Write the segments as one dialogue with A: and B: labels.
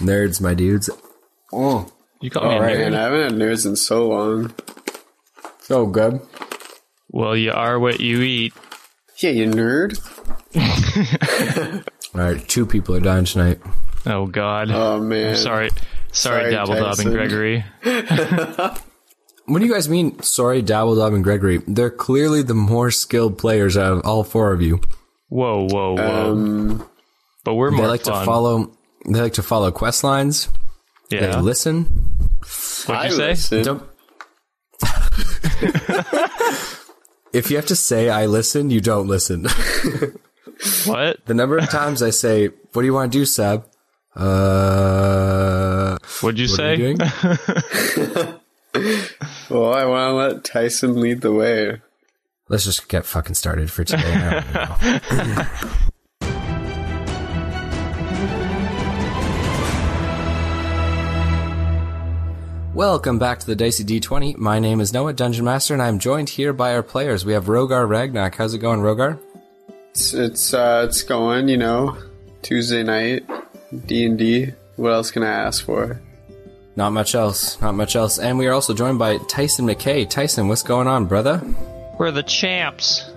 A: Nerds, my dudes.
B: Oh,
C: You got me
A: All
C: a
A: right.
C: nerd.
B: man, I haven't had nerds in so long.
A: So good.
C: Well, you are what you eat.
B: Yeah, you nerd.
A: All right, two people are dying tonight.
C: Oh God.
B: Oh man,
C: sorry. Sorry,
B: Sorry,
C: Dabbledob
B: Tyson.
C: and Gregory.
A: What do you guys mean? Sorry, Dabbledob and Gregory. They're clearly the more skilled players out of all four of you.
C: Whoa, whoa, whoa.
B: Um,
C: but we're more
A: They like
C: fun.
A: to follow. They like to follow quest lines. They
C: yeah.
A: listen.
C: What'd you
B: I
C: say?
B: listen.
A: Don't. if you have to say "I listen," you don't listen.
C: What?
A: the number of times I say, "What do you want to do, Seb?" Uh,
C: What'd you
A: what are
C: say?
A: you doing?
B: Well, I want to let Tyson lead the way.
A: Let's just get fucking started for today. I don't know. Welcome back to the Dicey D20. My name is Noah, Dungeon Master, and I'm joined here by our players. We have Rogar Ragnak. How's it going, Rogar?
B: It's it's uh, it's going, you know. Tuesday night, D and D. What else can I ask for?
A: Not much else. Not much else. And we are also joined by Tyson McKay. Tyson, what's going on, brother?
C: We're the champs.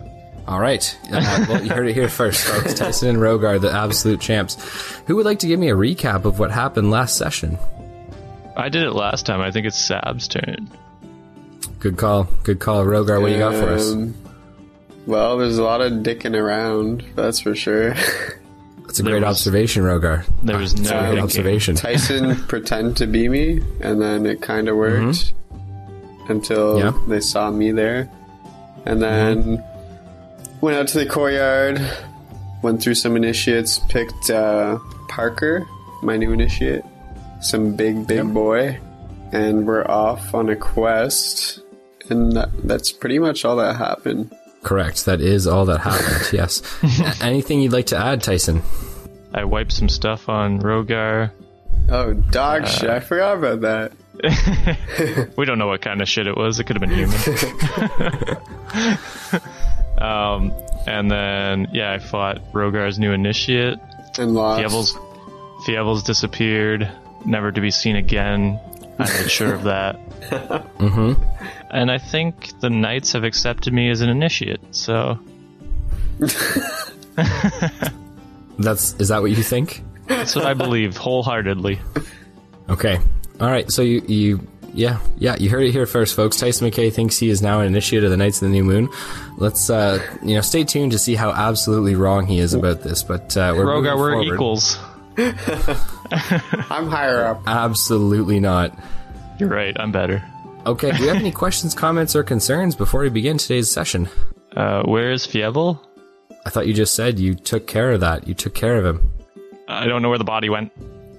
A: All right. Uh, well, you heard it here first, folks. Tyson and Rogar, the absolute champs. Who would like to give me a recap of what happened last session?
C: I did it last time. I think it's Sab's turn.
A: Good call. Good call, Rogar. What do you got for us?
B: Um, Well, there's a lot of dicking around. That's for sure.
A: That's a great
C: was-
A: observation, Rogar.
C: There was no
A: Great
C: thinking.
A: observation.
B: Tyson pretend to be me, and then it kind of worked until
A: Yeah.
B: they saw me there, and then went out to the courtyard, went through some initiates, picked uh, Parker, my new initiate, some big big boy, and we're off on a quest, and that, that's pretty much all that happened.
A: Correct. That is all that happened. Yes. A- Anything you'd like to add, Tyson?
C: I wiped some stuff on Rogar.
B: Oh, dog shit! I forgot about that.
C: We don't know what kind of shit it was. It could have been human. um, and then yeah, I fought Rogar's new initiate.
B: And lost.
C: Fievel's Fievel's disappeared, never to be seen again. I made sure of that. mm-hmm. And I think the knights have accepted me as an initiate. So
A: That's is that what you think?
C: that's what I believe wholeheartedly.
A: Okay. All right. So you you yeah yeah you heard it here first, folks. Tyson McKay thinks he is now an initiate of the Knights of the New Moon. Let's uh you know stay tuned to see how absolutely wrong he is about this. But uh, we're
C: Rogar,
A: moving
C: we're
A: forward.
C: equals.
B: I'm higher up.
A: Absolutely not.
C: You're right. I'm better.
A: Okay. Do you have any questions, comments, or concerns before we begin today's session?
C: Uh, where is Fievel?
A: I thought you just said you took care of that. You took care of him.
C: I don't know where the body went.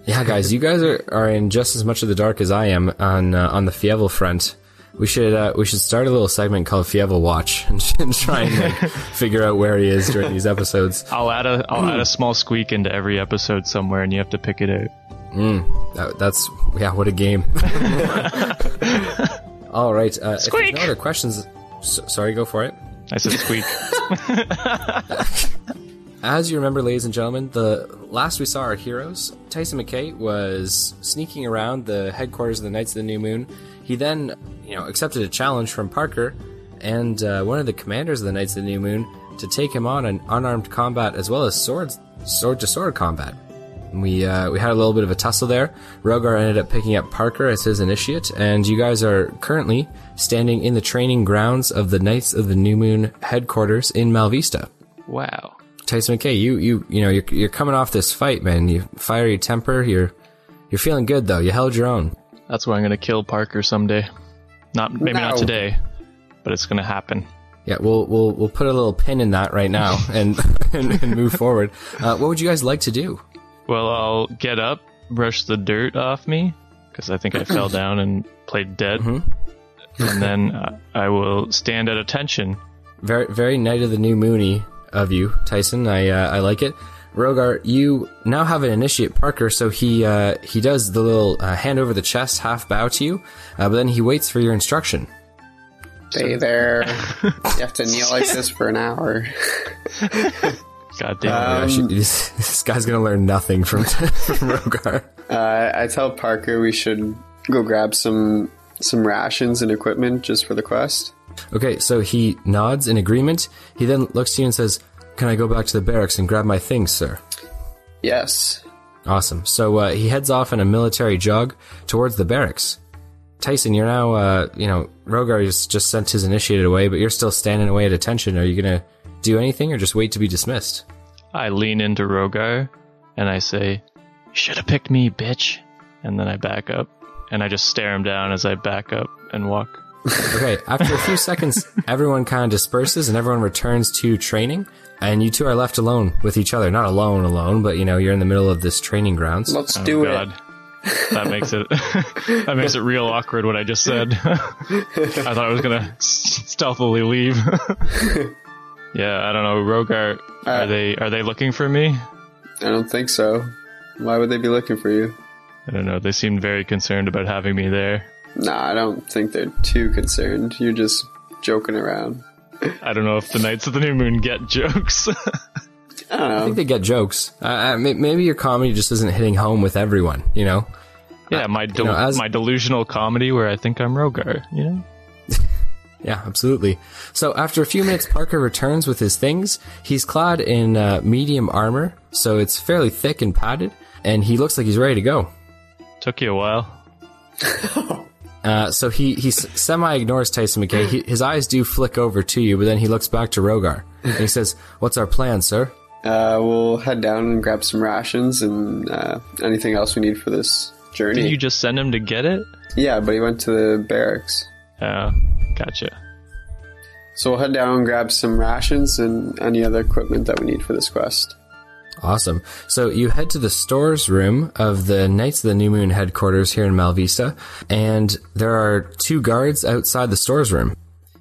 A: Yeah, guys, you guys are, are in just as much of the dark as I am on uh, on the Fievel front. We should uh, we should start a little segment called Fievel Watch and, and try and like, figure out where he is during these episodes.
C: I'll add a I'll add a small squeak into every episode somewhere, and you have to pick it out.
A: That, Uh, that's yeah, what a game. All right, uh, if there's
C: Squeak!
A: no other questions, so, sorry, go for it.
C: I said squeak.
A: As you remember, ladies and gentlemen, the last we saw our heroes, Tyson McKay was sneaking around the headquarters of the Knights of the New Moon. He then, you know, accepted a challenge from Parker and uh, one of the commanders of the Knights of the New Moon to take him on in unarmed combat as well as swords, sword to sword combat. And We uh, we had a little bit of a tussle there. Rogar ended up picking up Parker as his initiate, and you guys are currently standing in the training grounds of the Knights of the New Moon headquarters in Malvista.
C: wow.
A: Tyson McKay, you you you know you're you're coming off this fight, man. You fiery temper. You're you're feeling good though. You held your own.
C: That's where I'm gonna kill Parker someday. Not maybe not
B: No.
C: today, but it's gonna happen.
A: Yeah, we'll we'll we'll put a little pin in that right now and and, and move forward. Uh, what would you guys like to do?
C: Well, I'll get up, brush the dirt off me, because I think I fell down and played dead. and then uh, I will stand at attention.
A: Very very night of the new moony of you, Tyson. I uh, I like it. Rogar, you now have an initiate Parker, so he uh, he does the little uh, hand over the chest, half bow to you, uh, but then he waits for your instruction.
B: Stay there. you have to kneel like this for an hour.
C: God damn
A: Gosh, this, Uh, this guy's gonna learn nothing from, from Rogar.
B: Uh, I tell Parker we should go grab some some rations and equipment just for the quest.
A: Okay, so he nods in agreement. He then looks to you and says, Can I go back to the barracks and grab my things, sir?
B: Yes.
A: Awesome. So uh, he heads off in a military jog towards the barracks. Tyson, you're now, uh, you know, Rogar has just sent his initiated away, but you're still standing away at attention. Are you going to do anything or just wait to be dismissed?
C: it. I lean into Rogar and I say, You should have picked me, bitch. And then I back up and I just stare him down as I back up and walk.
A: Okay, after a few seconds, everyone kind of disperses and everyone returns to training, and you two are left alone with each other. Not alone, alone, but you know, you're in the middle of this training grounds.
B: Let's
C: Oh,
B: do
C: God.
B: it.
C: That makes it that makes it real awkward what I just said. I thought I was gonna s- stealthily leave. yeah, I don't know. Rogar,
B: Uh,
C: are they are they looking for me?
B: I don't think so. Why would they be looking for you?
C: I don't know. They seemed very concerned about having me there.
B: Nah, I don't think they're too concerned. You're just joking around.
C: I don't know if the Knights of the New Moon get jokes.
B: I
A: I
B: don't
A: think
B: know.
A: they get jokes. Uh, Uh, may- maybe your comedy just isn't hitting home with everyone, you know?
C: yeah,
B: Uh,
C: my del-
A: know, as-
C: my delusional comedy where I think I'm Rogar. You know,
A: Yeah, absolutely. So after a few minutes, Parker returns with his things. He's clad in uh, medium armor, so it's fairly thick and padded, and he looks like he's ready to go.
C: took you a while.
A: Uh, so he, he semi ignores Tyson McKay. He, his eyes do flick over to you, but then he looks back to Rogar and he says, What's our plan, sir?
B: Uh, we'll head down and grab some rations and uh, anything else we need for this journey.
C: Did you just send him to get it?
B: yeah, but he went to the barracks.
C: Oh, gotcha.
B: So we'll head down and grab some rations and any other equipment that we need for this quest.
A: Awesome. So you head to the stores room of the Knights of the New Moon headquarters here in Malvista, and there are two guards outside the stores room.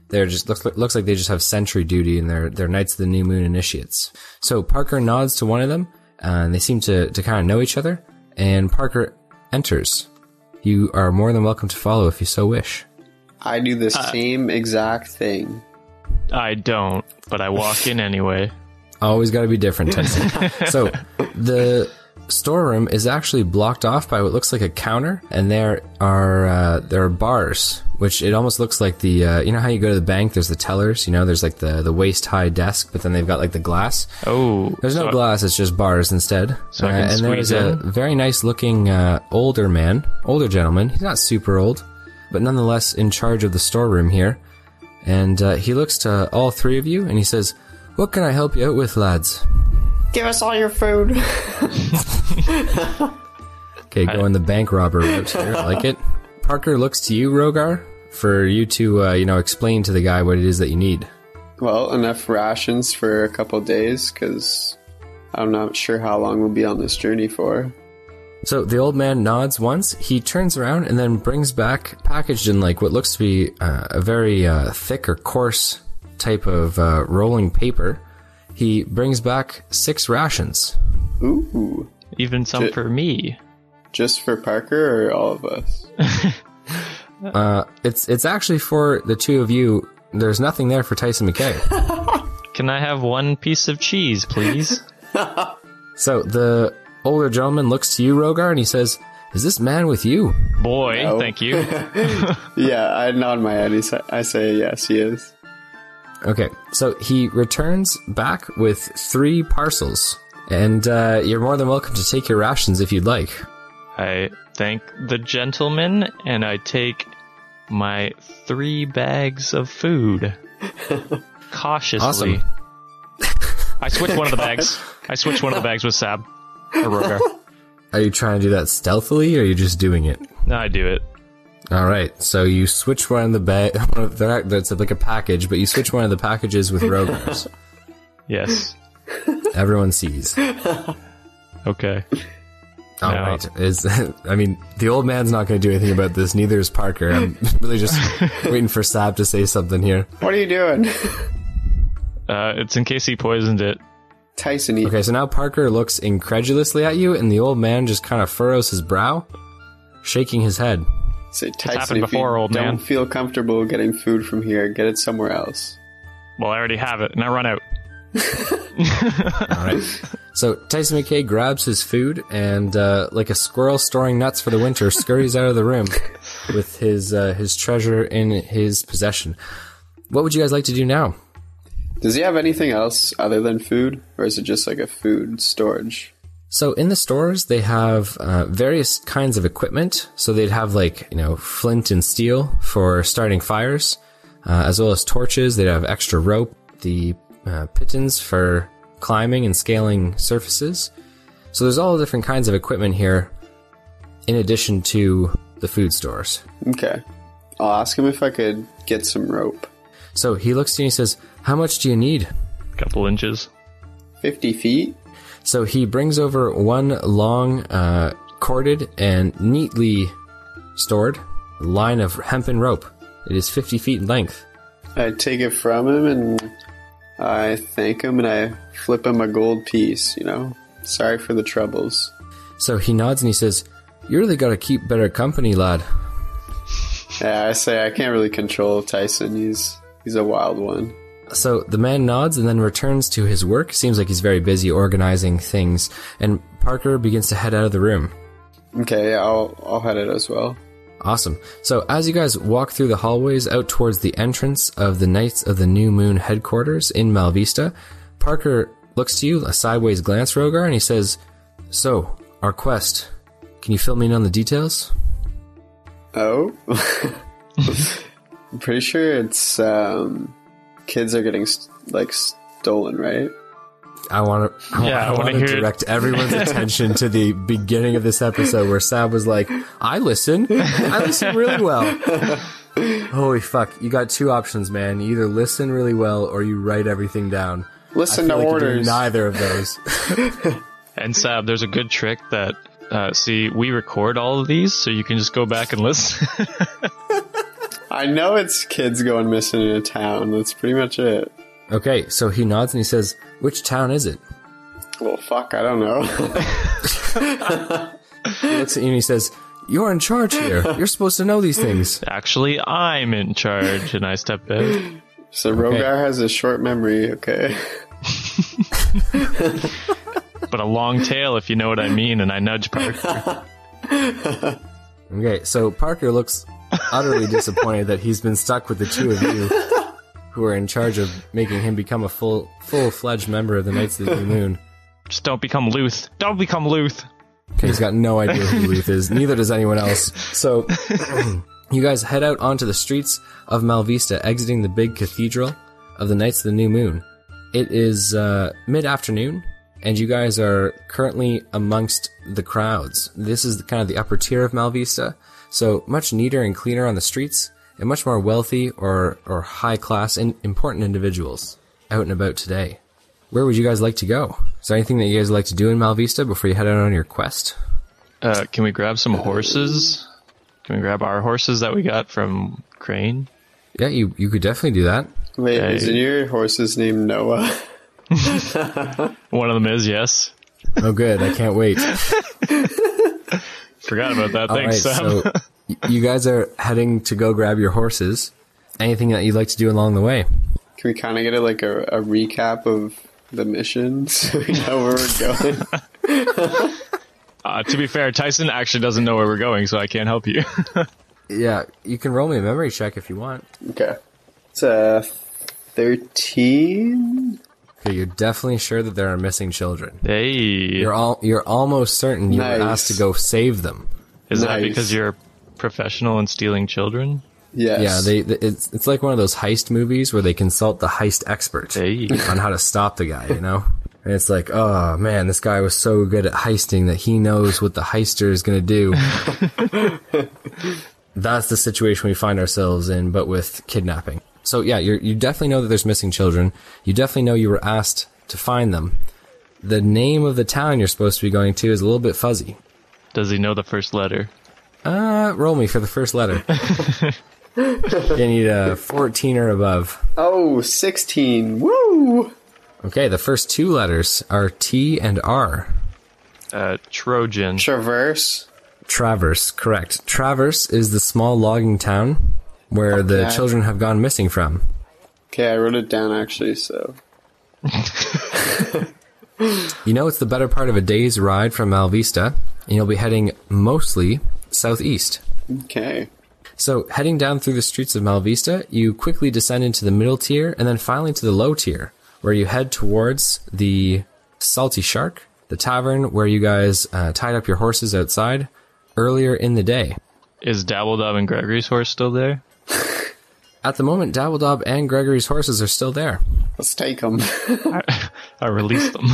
A: They're just looks looks like they just have sentry duty, and they're they're Knights of the New Moon initiates. So Parker nods to one of them, and they seem to to kind of know each other. And Parker enters. You are more than welcome to follow if you so wish.
B: I do the
C: Uh,
B: same exact thing.
C: I don't, but I walk in anyway.
A: Always got to be different, Tyson. so the storeroom is actually blocked off by what looks like a counter, and there are uh, there are bars, which it almost looks like the uh, you know how you go to the bank. There's the tellers, you know. There's like the the waist high desk, but then they've got like the glass.
C: Oh,
A: There's no
C: so-
A: glass; it's just bars instead. Uh,
C: So I can
A: and there's
C: squeeze
A: a
C: in?
A: very nice looking uh, older man, older gentleman. He's not super old, but nonetheless in charge of the storeroom here. And uh, he looks to all three of you, and he says, "What can I help you out with, lads?"
B: Give us all your food.
A: Okay, going the bank robber route here. I like it. Parker looks to you, Rogar, for you to, uh, you know, explain to the guy what it is that you need.
B: well, enough rations for a couple days because I'm not sure how long we'll be on this journey for.
A: So the old man nods once. He turns around and then brings back, packaged in like what looks to be uh, a very uh, thick or coarse type of uh, rolling paper. He brings back six rations.
B: Ooh,
C: even some
B: Ju-
C: for me.
B: just for Parker or all of us?
A: Uh, it's it's actually for the two of you. There's nothing there for Tyson McKay.
C: Can I have one piece of cheese, please?
A: so the older gentleman looks to you, Rogar, and he says, "Is this man with you?"
C: Boy,
B: No.
C: thank you.
B: yeah, I nod my head. He sa- I say yes, he is.
A: Okay, so he returns back with three parcels, and uh, you're more than welcome to take your rations if you'd like.
C: I thank the gentleman and I take my three bags of food cautiously.
A: Awesome.
C: I switched one of the bags. I switched one of the bags with Sab or Rogar.
A: Are you trying to do that stealthily, or are you just doing it?
C: No, I do it.
A: All right, so you switch one of the bag. That's like a package, but you switch one of the packages with Rogar's.
C: Yes.
A: Everyone sees.
C: Okay.
A: All
C: No.
A: right. Is I mean, the old man's not going to do anything about this. Neither is Parker. I'm really just waiting for Sab to say something here.
B: What are you doing?
C: Uh, it's in case he poisoned it.
B: Tyson, he-
A: Okay, so now Parker looks incredulously at you, and the old man just kind of furrows his brow, shaking his head.
B: say, Tyson,
C: happened
B: if you
C: before, old
B: don't
C: man."
B: feel comfortable getting food from here, get it somewhere else.
C: Well, I already have it, and I run out.
A: All right. So Tyson McKay grabs his food and, uh, like a squirrel storing nuts for the winter, scurries out of the room with his uh, his treasure in his possession. What would you guys like to do now?
B: Does he have anything else other than food, or is it just like a food storage?
A: So in the stores, they have uh, various kinds of equipment. So they'd have like you know flint and steel for starting fires, uh, as well as torches. They'd have extra rope, the uh, pitons for climbing and scaling surfaces. So there's all different kinds of equipment here, in addition to the food stores.
B: Okay. I'll ask him if I could get some rope.
A: So he looks to you and he says, "How much do you need?"
C: couple inches.
B: 50 feet?
A: So he brings over one long, uh, corded and neatly stored line of hempen rope. It is 50 feet in length.
B: I take it from him and I thank him and I flip him a gold piece, you know? Sorry for the troubles.
A: So he nods and he says, You really gotta keep better company, lad.
B: Yeah, I say I can't really control Tyson. He's he's a wild one.
A: So the man nods and then returns to his work. Seems like he's very busy organizing things. And Parker begins to head out of the room.
B: Okay, yeah, I'll I'll head it as well.
A: Awesome. So as you guys walk through the hallways out towards the entrance of the Knights of the New Moon headquarters in Malvista, Parker looks to you, a sideways glance, Rogar, and he says, So, our quest. Can you fill me in on the details?
B: Oh, I'm pretty sure it's um, kids are getting st- like stolen, right?
A: I want to.
C: Yeah, I
A: I
C: wanna
A: want to
C: hear it.
A: direct everyone's attention to the beginning of this episode where Sab was like, "I listen, I listen really well." Holy fuck! You got two options, man. You either listen really well or you write everything down. I
B: Listen
A: feel
B: to
A: like you do
B: orders.
A: neither of those.
C: And Sab, there's a good trick that uh, see we record all of these, so you can just go back and listen.
B: I know it's kids going missing in a town. That's pretty much it.
A: okay, so he nods and he says, "Which town is it?"
B: Well, fuck, I don't know.
A: He looks at you and he says, "You're in charge here. You're supposed to know these things."
C: Actually, I'm in charge, and I step in.
B: so Rogar has a short memory. Okay,
C: But a long tail, if you know what I mean, and I nudge Parker.
A: Okay, so Parker looks utterly disappointed that he's been stuck with the two of you who are in charge of making him become a full full fledged member of the Knights of the New Moon.
C: Just don't become Luth. Don't become Luth.
A: Okay, he's got no idea who Luth is, neither does anyone else. So you guys head out onto the streets of Malvista, exiting the big cathedral of the Knights of the New Moon. It is uh, mid afternoon, and you guys are currently amongst the crowds. This is the, kind of the upper tier of Malvista, so much neater and cleaner on the streets, and much more wealthy or, or high class and important individuals out and about today. Where would you guys like to go? Is there anything that you guys would like to do in Malvista before you head out on your quest?
C: Uh, can we grab some horses? Can we grab our horses that we got from Crane?
A: Yeah, you, you could definitely do that.
B: wait,
C: Hey.
B: isn't your horse's name Noah?
C: One of them is yes.
A: Oh, good. I can't wait.
C: Forgot about that. Thanks, Sab.
A: so y- you guys are heading to go grab your horses. Anything that you'd like to do along the way?
B: Can we kind of get a, like a, a recap of the mission so we know where we're going?
C: Uh, to be fair, Tyson actually doesn't know where we're going, so I can't help you.
A: Yeah, you can roll me a memory check if you want.
B: okay, it's a thirteen.
A: Okay, you're definitely sure that there are missing children.
C: hey,
A: You're all you're almost certain you
B: Nice.
A: were asked to go save them.
C: is that
B: nice.
C: because you're professional in stealing children?
B: Yes.
A: Yeah, they, they it's it's like one of those heist movies where they consult the heist expert
C: Hey.
A: on how to stop the guy, you know? And it's like, oh man, this guy was so good at heisting that he knows what the heister is going to do. That's the situation we find ourselves in, but with kidnapping. So yeah, you you definitely know that there's missing children. You definitely know you were asked to find them. The name of the town you're supposed to be going to is a little bit fuzzy.
C: Does he know the first letter?
A: Uh, roll me for the first letter. you need a 14 or above.
B: Oh, 16. Woo!
A: Okay, the first two letters are T and R.
C: Uh, Trojan.
B: Traverse.
A: Traverse, correct. Traverse is the small logging town where the
B: Okay.
A: children have gone missing from.
B: Okay, I wrote it down actually, so
A: You know, it's the better part of a day's ride from Malvista, and you'll be heading mostly southeast.
B: Okay.
A: So, heading down through the streets of Malvista, you quickly descend into the middle tier and then finally to the low tier, where you head towards the Salty Shark, the tavern where you guys uh, tied up your horses outside earlier in the day.
C: Is Dabbledob and Gregory's horse still there?
A: At the moment, Dabbledob and Gregory's horses are still there.
B: Let's take them.
C: I released them.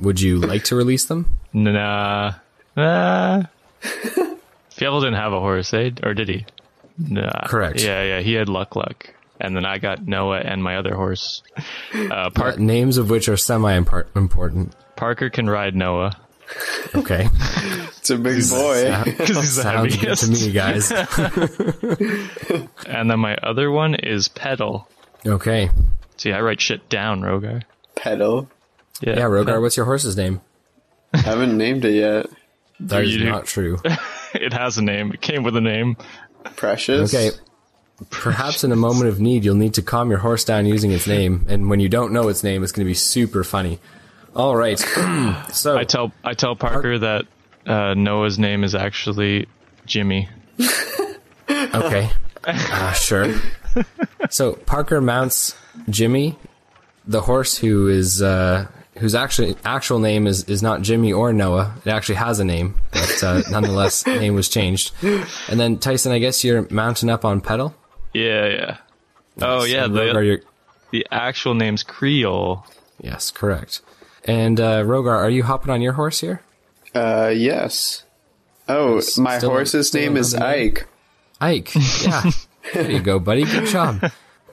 A: Would you like to release them?
C: nah. Nah. Fievel didn't have a horse, eh? Or did he? Nah.
A: Correct.
C: Yeah, yeah. He had Luck Luck. And then I got Noah and my other horse. Uh, Park-
A: Names of which are semi important.
C: Parker can ride Noah.
A: Okay.
B: it's a big boy.
C: Because he's the
A: Sounds good
C: heaviest.
A: to me, guys.
C: And then my other one is Pedal.
A: Okay.
C: See, I write shit down, Rogar.
B: Pedal.
A: Yeah, Rogar, what's your horse's name?
B: Haven't named it yet.
A: That is
C: You do.
A: not true.
C: It has a name. It came with a name.
B: Precious.
A: Okay. Perhaps in a moment of need, you'll need to calm your horse down using its name, and when you don't know its name, it's going to be super funny. All right. so,
C: I tell I tell Parker that uh, Noah's name is actually Jimmy.
A: okay. Uh, sure. So, Parker mounts Jimmy, the horse who is, uh, whose actual, actual name is, is not Jimmy or Noah. It actually has a name, but uh, nonetheless, name was changed. And then, Tyson, I guess you're mounting up on pedal?
C: Yeah, yeah. Oh yeah,
A: And Rogar,
C: the,
A: you're-
C: the actual name's Creole.
A: Yes, correct. And uh, Rogar, are you hopping on your horse here?
B: Uh, yes. Oh, my
A: still-
B: horse's
A: still
B: name is
A: another name?
B: Ike.
A: Ike. Yeah. there you go, buddy. Good job.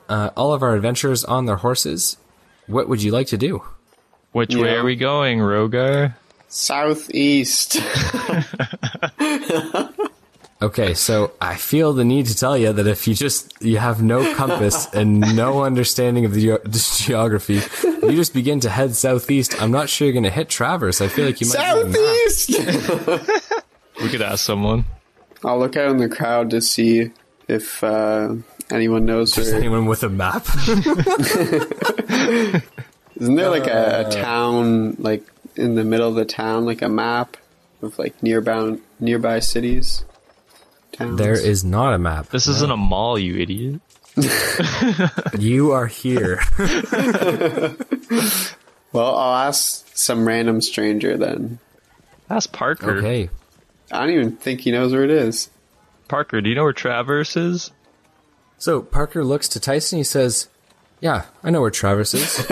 A: Uh, all of our adventurers on their horses. What would you like to do?
C: Which way
B: Yeah.
C: are we going, Rogar?
B: Southeast.
A: Okay, so I feel the need to tell you that if you just you have no compass and no understanding of the ge- geography, you just begin to head southeast. I'm not sure you're going to hit Traverse. I feel like you might. be doing that.
B: Southeast!
C: We could ask someone.
B: I'll look out in the crowd to see if uh, anyone knows where.
A: Anyone with a map?
B: Isn't there like a,
A: Uh.
B: a town, like in the middle of the town, like a map of like nearby, nearby cities? Towns?
A: there is not a map.
C: This isn't a mall, you idiot.
A: You are here.
B: Well, I'll ask some random stranger then.
C: Ask Parker.
A: Okay.
B: I don't even think he knows where it is.
C: Parker, do you know where Traverse is?
A: So Parker looks to Tyson. He says, "Yeah, I know where Traverse is.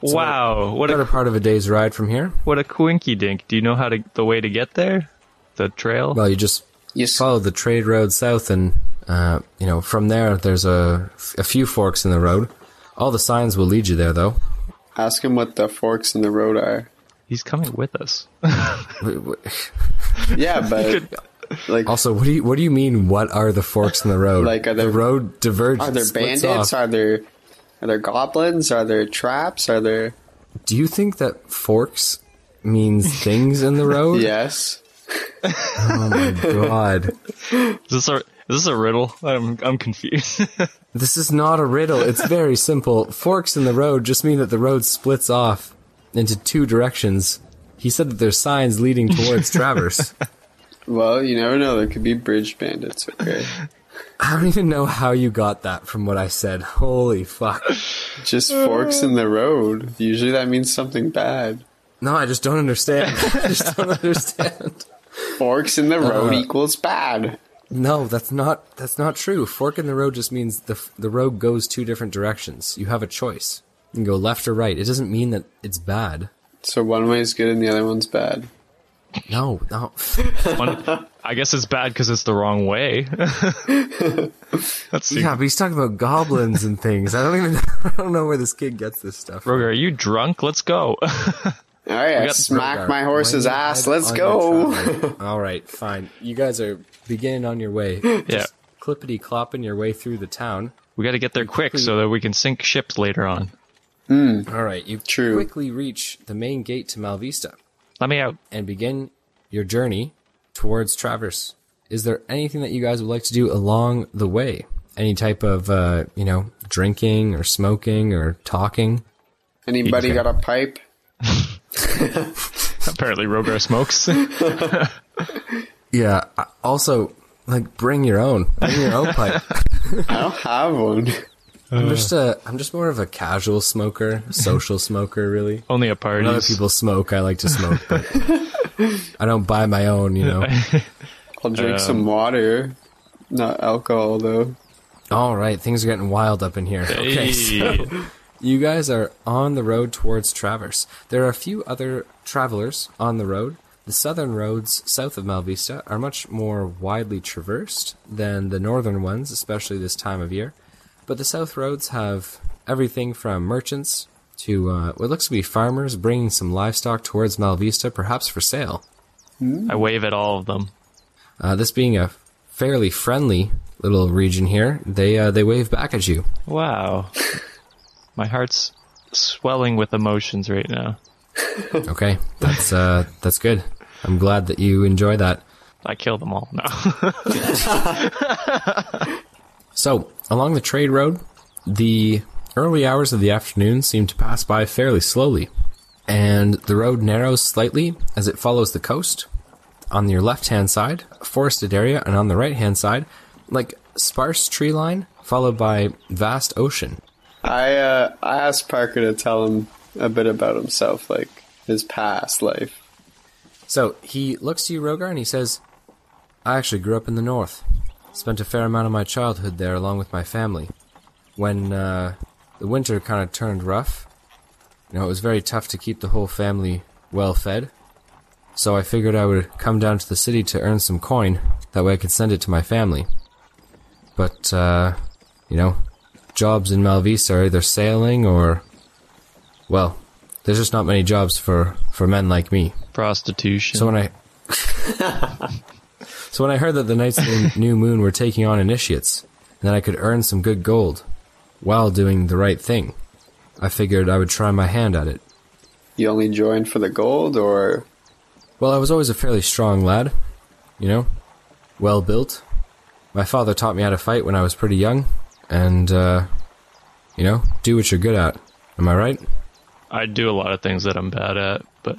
C: wow, what
A: Better
C: a
A: part of a day's ride from here.
C: what a coinky dink. Do you know how to the way to get there? The trail?
A: Well, you just
B: Yes.
A: follow the trade road south, and uh, you know from there there's a a few forks in the road. All the signs will lead you there, though.
B: Ask him what the forks in the road are.
C: He's coming with us.
A: W- w-
B: Yeah, but like,
A: Also, what do you what do you mean? What are the forks in the road?
B: Like, are
A: the
B: there-
A: road diverges.
B: are there
A: splits
B: bandits?
A: off.
B: Are there are there goblins? Are there traps? Are there
A: Do you think that forks means things in the road?
B: yes?
A: Oh my god.
C: Is this a is this a riddle? I'm I'm confused.
A: This is not a riddle. It's very simple. Forks in the road just mean that the road splits off into two directions. He said that there's signs leading towards Traverse.
B: Well, you never know. There could be bridge bandits. Okay,
A: I don't even know how you got that from what I said. Holy fuck.
B: just forks in the road. Usually that means something bad.
A: No, I just don't understand. I just don't understand.
B: Forks in the road equals bad.
A: No, that's not that's not true. Fork in the road just means the the road goes two different directions. You have a choice. You can go left or right. It doesn't mean that it's bad.
B: So one way is good and the other one's bad.
A: No, no.
C: One- I guess it's bad because it's the wrong way. That's
A: Yeah, but he's talking about goblins and things. I don't even I don't know where this kid gets this stuff. from.
C: Roger, are you drunk? Let's go.
B: All right, I
C: got-
B: smack
A: Rogar,
B: my horse's
A: when you
B: ass.
A: ride
B: Let's
A: on
B: go.
A: your travel- All right, fine. You guys are beginning on your way.
C: yeah,
A: Clippity clopping your way through the town.
C: we got to get there quick so that we can sink ships later on.
A: All right, you
B: True.
A: quickly reach the main gate to Malvista
C: Let me out.
A: and begin your journey towards Traverse. Is there anything that you guys would like to do along the way? any type of uh, you know drinking or smoking or talking.
B: Anybody got a pipe?
C: Apparently, Rogar smokes.
A: Yeah. I- Also, like bring your own, bring your own pipe.
B: I don't have one.
A: I'm just a, I'm just more of a casual smoker, social smoker, really.
C: Only at
A: When other
C: parties.
A: people smoke, I like to smoke, but I don't buy my own. You know.
B: I'll drink some water. Not alcohol though.
A: All right, things are getting wild up in here. Okay, so
C: Hey.
A: you guys are on the road towards Traverse. There are a few other travelers on the road. The southern roads south of Malvista are much more widely traversed than the northern ones, especially this time of year. But the south roads have everything from merchants to uh, what looks to be farmers bringing some livestock towards Malvista, perhaps for sale.
C: I wave at all of them.
A: Uh, this being a fairly friendly little region here, they uh, they wave back at you.
C: Wow. My heart's swelling with emotions right now.
A: Okay, that's uh, that's good. I'm glad that you enjoy that.
C: I kill them all. No.
A: So, along the trade road, the early hours of the afternoon seem to pass by fairly slowly, and the road narrows slightly as it follows the coast. On your left hand side, a forested area, and on the right hand side, like sparse tree line followed by vast ocean.
B: I uh, I asked Parker to tell him a bit about himself, like his past life.
A: So he looks to you, Rogar, and he says, I actually grew up in the north. Spent a fair amount of my childhood there along with my family. When uh, the winter kind of turned rough, you know, it was very tough to keep the whole family well fed. So I figured I would come down to the city to earn some coin. That way I could send it to my family. But, uh, you know, jobs in Malvisa are either sailing or. Well, there's just not many jobs for, for men like me.
C: Prostitution.
A: So when I So when I heard that the Knights of the New Moon were taking on initiates, and that I could earn some good gold while doing the right thing, I figured I would try my hand at it.
B: You only joined for the gold, or
A: Well, I was always a fairly strong lad, you know, well built. My father taught me how to fight when I was pretty young, and, uh, you know, do what you're good at. Am I right?
C: I do a lot of things that I'm bad at, but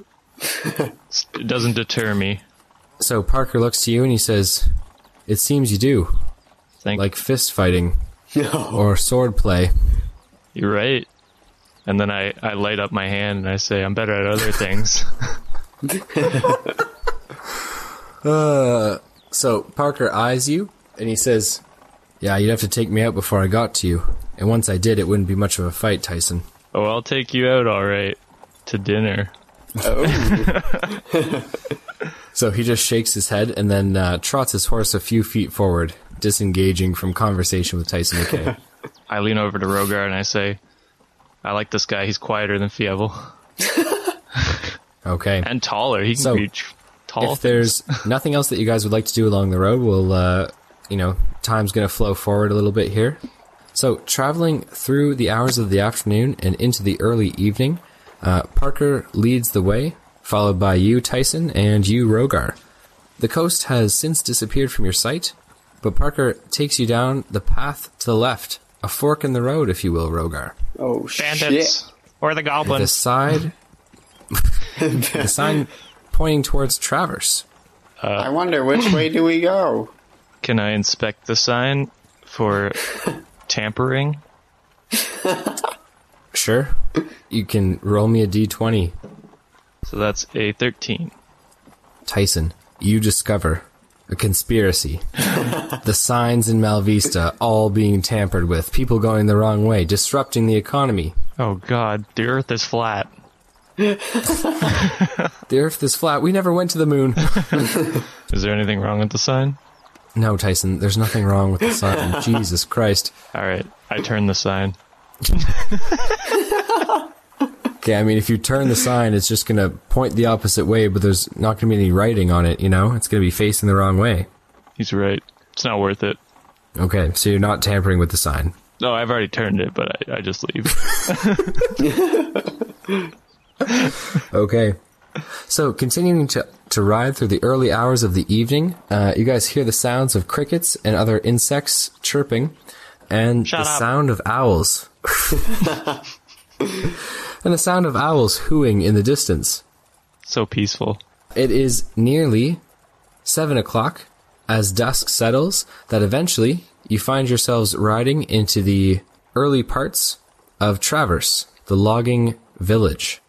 C: it doesn't deter me.
A: So Parker looks to you and he says, It seems you do,
C: Thank
A: like fist fighting
B: no?
A: or sword play.
C: you're right. And then I, I light up my hand and I say, I'm better at other things.
A: So Parker eyes you and he says, Yeah, you'd have to take me out before I got to you. And once I did, it wouldn't be much of a fight, Tyson.
C: oh, I'll take you out, all right, to dinner.
B: Oh,
A: So he just shakes his head and then uh, trots his horse a few feet forward, disengaging from conversation with Tyson McKay.
C: I lean over to Rogar and I say, I like this guy. He's quieter than Fievel
A: okay.
C: and taller. He can
A: So,
C: reach tall.
A: if there's nothing else that you guys would like to do along the road, we'll, uh, you know, time's going to flow forward a little bit here. So, traveling through the hours of the afternoon and into the early evening, uh, Parker leads the way, followed by you, Tyson, and you, Rogar. The coast has since disappeared from your sight, but Parker takes you down the path to the left, a fork in the road, if you will, Rogar.
B: oh shit!
C: bandits or the
A: The
C: goblins.
A: side, the sign pointing towards Traverse.
B: I wonder which way do we go?
C: Can I inspect the sign for tampering?
A: Sure. You can roll me a d20.
C: So that's a 13.
A: Tyson, you discover a conspiracy. the signs in Malvista all being tampered with, people going the wrong way, disrupting the economy.
C: Oh god, the earth is flat.
A: The earth is flat. We never went to the moon.
C: Is there anything wrong with the sign?
A: no, Tyson, there's nothing wrong with the sign. Jesus Christ.
C: All right, I turn the sign.
A: Okay, I mean, if you turn the sign, it's just going to point the opposite way, but there's not going to be any writing on it, you know? It's going to be facing the wrong way.
C: He's right. It's not worth it.
A: Okay, so you're not tampering with the sign.
C: No, I've already turned it, but I, I just leave.
A: Okay. So, continuing to, to ride through the early hours of the evening, uh, you guys hear the sounds of crickets and other insects chirping. and
C: Shut
A: the
C: up.
A: sound of owls. and the sound of owls hooing in the distance.
C: So peaceful.
A: It is nearly seven o'clock as dusk settles that eventually you find yourselves riding into the early parts of Traverse, the logging village.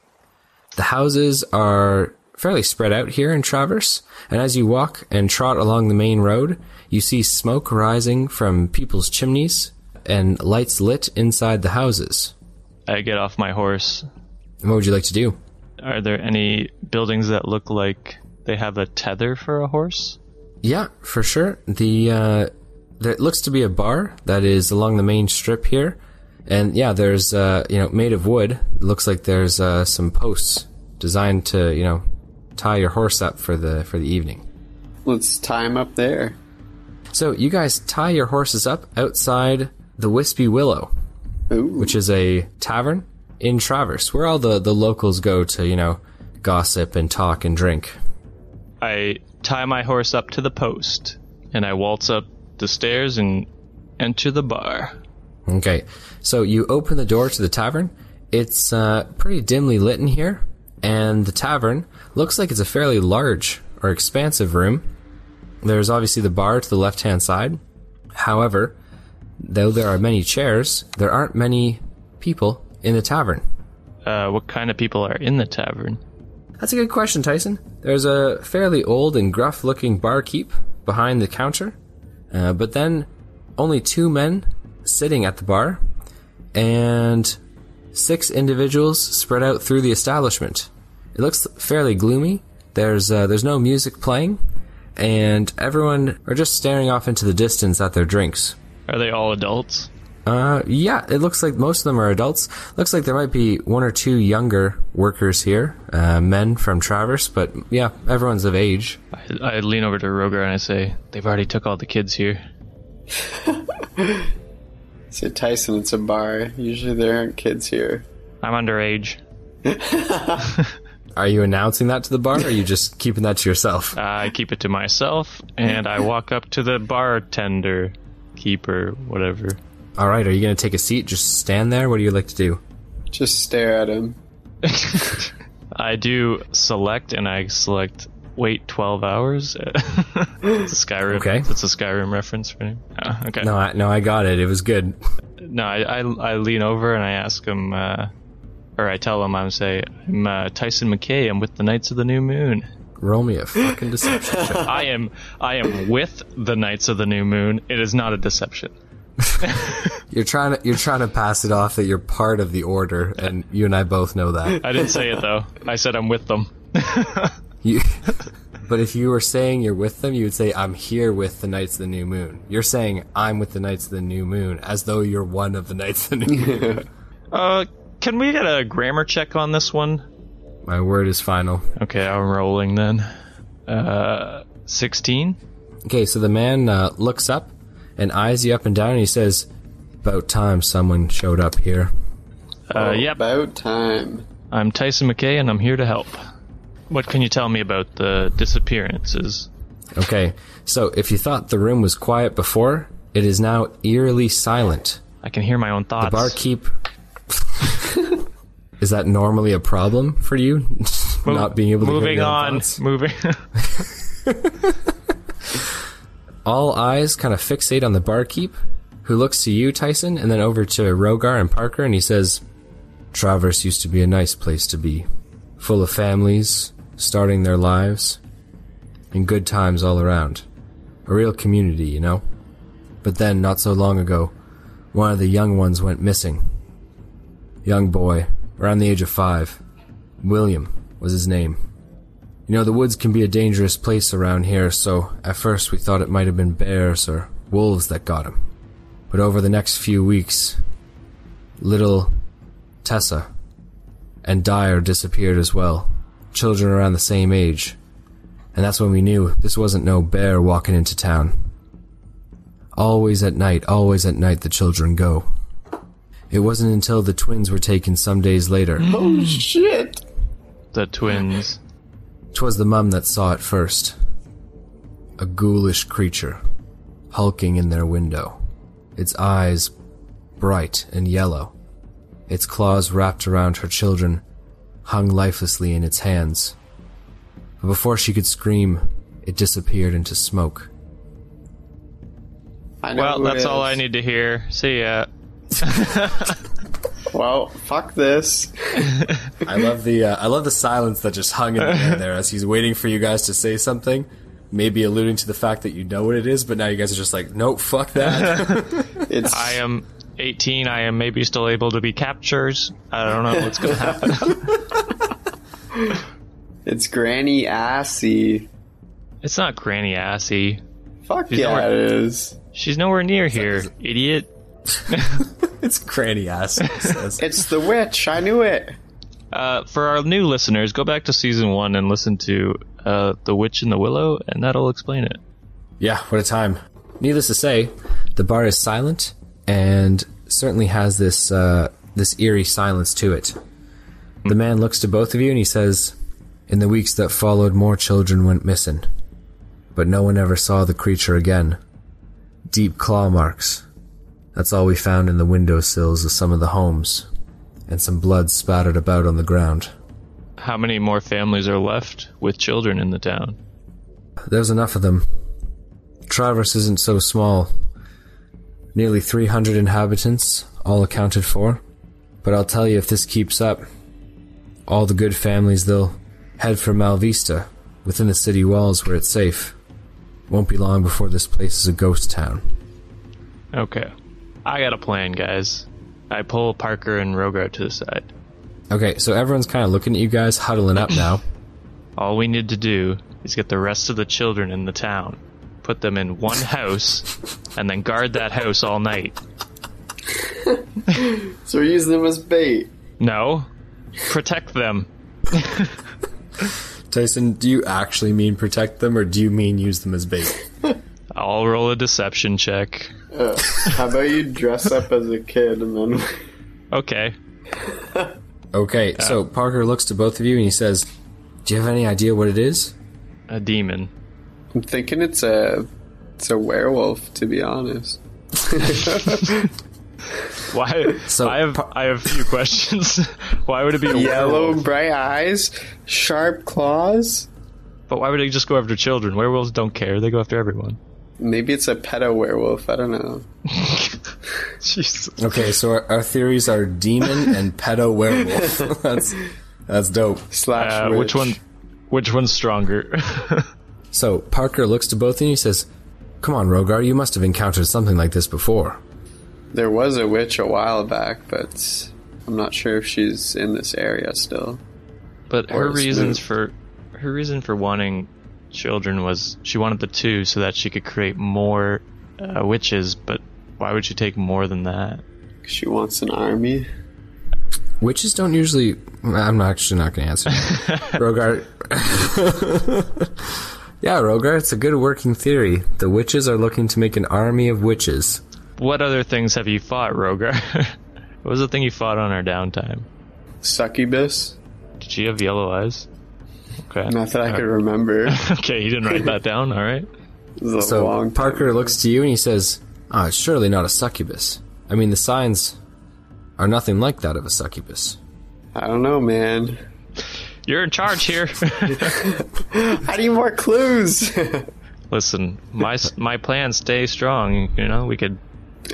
A: The houses are fairly spread out here in Traverse, and as you walk and trot along the main road, you see smoke rising from people's chimneys and lights lit inside the houses.
C: I get off my horse.
A: What would you like to do?
C: Are there any buildings that look like they have a tether for a horse?
A: Yeah, for sure. The uh, there looks to be a bar that is along the main strip here, and yeah, there's uh, you know made of wood. Looks like there's uh, some posts designed to you know tie your horse up for the for the evening.
B: Let's tie him up there.
A: So you guys tie your horses up outside the Wispy Willow,
B: Ooh.
A: which is a tavern in Traverse, where all the the locals go to you know gossip and talk and drink.
C: I tie my horse up to the post and I waltz up the stairs and enter the bar.
A: Okay, so you open the door to the tavern. It's uh, pretty dimly lit in here, and the tavern looks like it's a fairly large or expansive room. There's obviously the bar to the left hand side. However, though there are many chairs, there aren't many people in the tavern.
C: Uh, what kind of people are in the tavern?
A: That's a good question, Tyson. There's a fairly old and gruff looking barkeep behind the counter, uh, but then only two men sitting at the bar and six individuals spread out through the establishment. It looks fairly gloomy. There's, uh, there's no music playing, and everyone are just staring off into the distance at their drinks.
C: Are they all adults?
A: Uh, yeah, it looks like most of them are adults. Looks like there might be one or two younger workers here, uh, men from Traverse, but yeah, everyone's of age.
C: I, I lean over to Roger and I say, They've already took all the kids here.
B: Say Tyson, it's a bar. Usually there aren't kids here.
C: I'm underage.
A: Are you announcing that to the bar, or are you just keeping that to yourself?
C: I keep it to myself and I walk up to the bartender, keeper, whatever.
A: All right, are you gonna take a seat? Just stand there? What do you like to do?
B: Just stare at him.
C: I do select and I select wait 12 hours. it's a Skyrim.
A: Okay.
C: It's a Skyrim reference for me. Ah, okay.
A: No, I, no, I got it. It was good.
C: No, I, I, I lean over and I ask him, uh, or I tell him, I'm say, I'm uh, Tyson McKay. I'm with the Knights of the New Moon.
A: Roll me a fucking deception. check.
C: I am I am with the Knights of the New Moon. It is not a deception.
A: You're trying to you're trying to pass it off that you're part of the order, and you and I both know that.
C: I didn't say it though. I said I'm with them.
A: You, but if you were saying you're with them, you would say, I'm here with the Knights of the New Moon. You're saying, I'm with the Knights of the New Moon, as though you're one of the Knights of the New Moon.
C: Uh, can we get a grammar check on this one?
A: My word is final.
C: Okay, I'm rolling then. Uh, sixteen.
A: Okay, so the man uh, looks up and eyes you up and down, and he says, About time someone showed up here.
C: Uh, yep.
B: About time.
C: I'm Tyson McKay, and I'm here to help. What can you tell me about the disappearances?
A: Okay, so if you thought the room was quiet before, it is now eerily silent.
C: I can hear my own thoughts.
A: Barkeep. is that normally a problem for you? Not being able to hear
C: moving
A: your own
C: on
A: thoughts?
C: moving
A: all eyes kind of fixate on the barkeep, who looks to you, Tyson, and then over to Rogar and Parker, and he says, Traverse used to be a nice place to be, full of families, starting their lives, and good times all around. A real community, you know? But then, not so long ago, one of the young ones went missing. Young boy, around the age of five. William was his name. You know, the woods can be a dangerous place around here, so at first we thought it might have been bears or wolves that got him. But over the next few weeks, little Tessa and Dyer disappeared as well, children around the same age. And that's when we knew this wasn't no bear walking into town. Always at night, always at night, the children go. It wasn't until the twins were taken some days later.
B: Oh shit!
C: the twins
A: 'Twas the mum that saw it first. A ghoulish creature, hulking in their window. its eyes bright and yellow. Its claws wrapped around her children, hung lifelessly in its hands. But before she could scream, it disappeared into smoke.
B: I know
C: Well,
B: who it
C: that's all
B: is.
C: I need to hear. See ya.
B: Well, fuck this.
A: I love the uh, I love the silence that just hung in the air there as he's waiting for you guys to say something, maybe alluding to the fact that you know what it is, but now you guys are just like, nope, fuck that.
B: It's
C: I am 18. I am maybe still able to be captured. I don't know what's going to happen.
B: it's Granny Assy.
C: it's not Granny Assy.
B: Fuck
C: know
B: yeah,
C: where-
B: it is.
C: She's nowhere near here, idiot.
A: it's cranny ass. he says.
B: It's the witch. I knew it.
C: Uh, for our new listeners, go back to season one and listen to uh, The Witch in the Willow, and that'll explain it.
A: yeah, what a time. Needless to say, the bar is silent and certainly has this uh, this eerie silence to it. The man looks to both of you and he says, "In the weeks that followed, more children went missing, but no one ever saw the creature again. Deep claw marks. That's all we found in the window sills of some of the homes, and some blood spattered about on the ground."
C: How many more families are left with children in the town?
A: There's enough of them. Traverse isn't so small. Nearly 300 inhabitants, all accounted for. But I'll tell you, if this keeps up, all the good families, they'll head for Malvista, within the city walls where it's safe. Won't be long before this place is a ghost town.
C: Okay. I got a plan, guys. I pull Parker and Rogart to the side.
A: Okay, so everyone's kind of looking at you guys, huddling up now.
C: All we need to do is get the rest of the children in the town, put them in one house, and then guard that house all night.
B: So we're using them as bait.
C: No, protect them.
A: Tyson, do you actually mean protect them, or do you mean use them as bait?
C: I'll roll a deception check.
B: Uh, how about you dress up as a kid and then
C: Okay.
A: Okay, so Parker looks to both of you and he says, Do you have any idea what it is?
C: A demon.
B: I'm thinking it's a it's a werewolf to be honest.
C: Why?
A: So-
C: I have I have a few questions. why would it be a
B: Yellow
C: werewolf?
B: bright eyes, sharp claws.
C: But why would they just go after children? Werewolves don't care. They go after everyone.
B: Maybe it's a pedo werewolf. I don't know.
C: Jesus.
A: Okay, so our, our theories are demon and pedo werewolf. that's that's dope.
B: Slash
C: Uh, which
B: witch.
C: one? Which one's stronger?
A: So Parker looks to both of you and he says, "Come on, Rogar, you must have encountered something like this before."
B: There was a witch a while back, but I'm not sure if she's in this area still.
C: But
B: Or
C: her
B: it's
C: reasons
B: moved.
C: for her reason for wanting children was she wanted the two so that she could create more uh, witches. But why would she take more than that?
B: She wants an army.
A: Witches don't usually. I'm not actually not going to answer. that. Rogar. yeah, Rogar, it's a good working theory. The witches are looking to make an army of witches.
C: What other things have you fought, Rogar? what was the thing you fought on our downtime?
B: Succubus?
C: Did she have yellow eyes? Okay.
B: Not that I could
C: Uh,
B: remember. It
C: Okay, you didn't write that down. All right.
B: was a
A: So
B: long time.
A: Parker looks to you and he says, "Ah, it's surely not a succubus. I mean, the signs are nothing like that of a succubus."
B: I don't know, man.
C: You're in charge here.
B: I need more clues. All
C: Listen, my s- my plan stay strong. You know we could.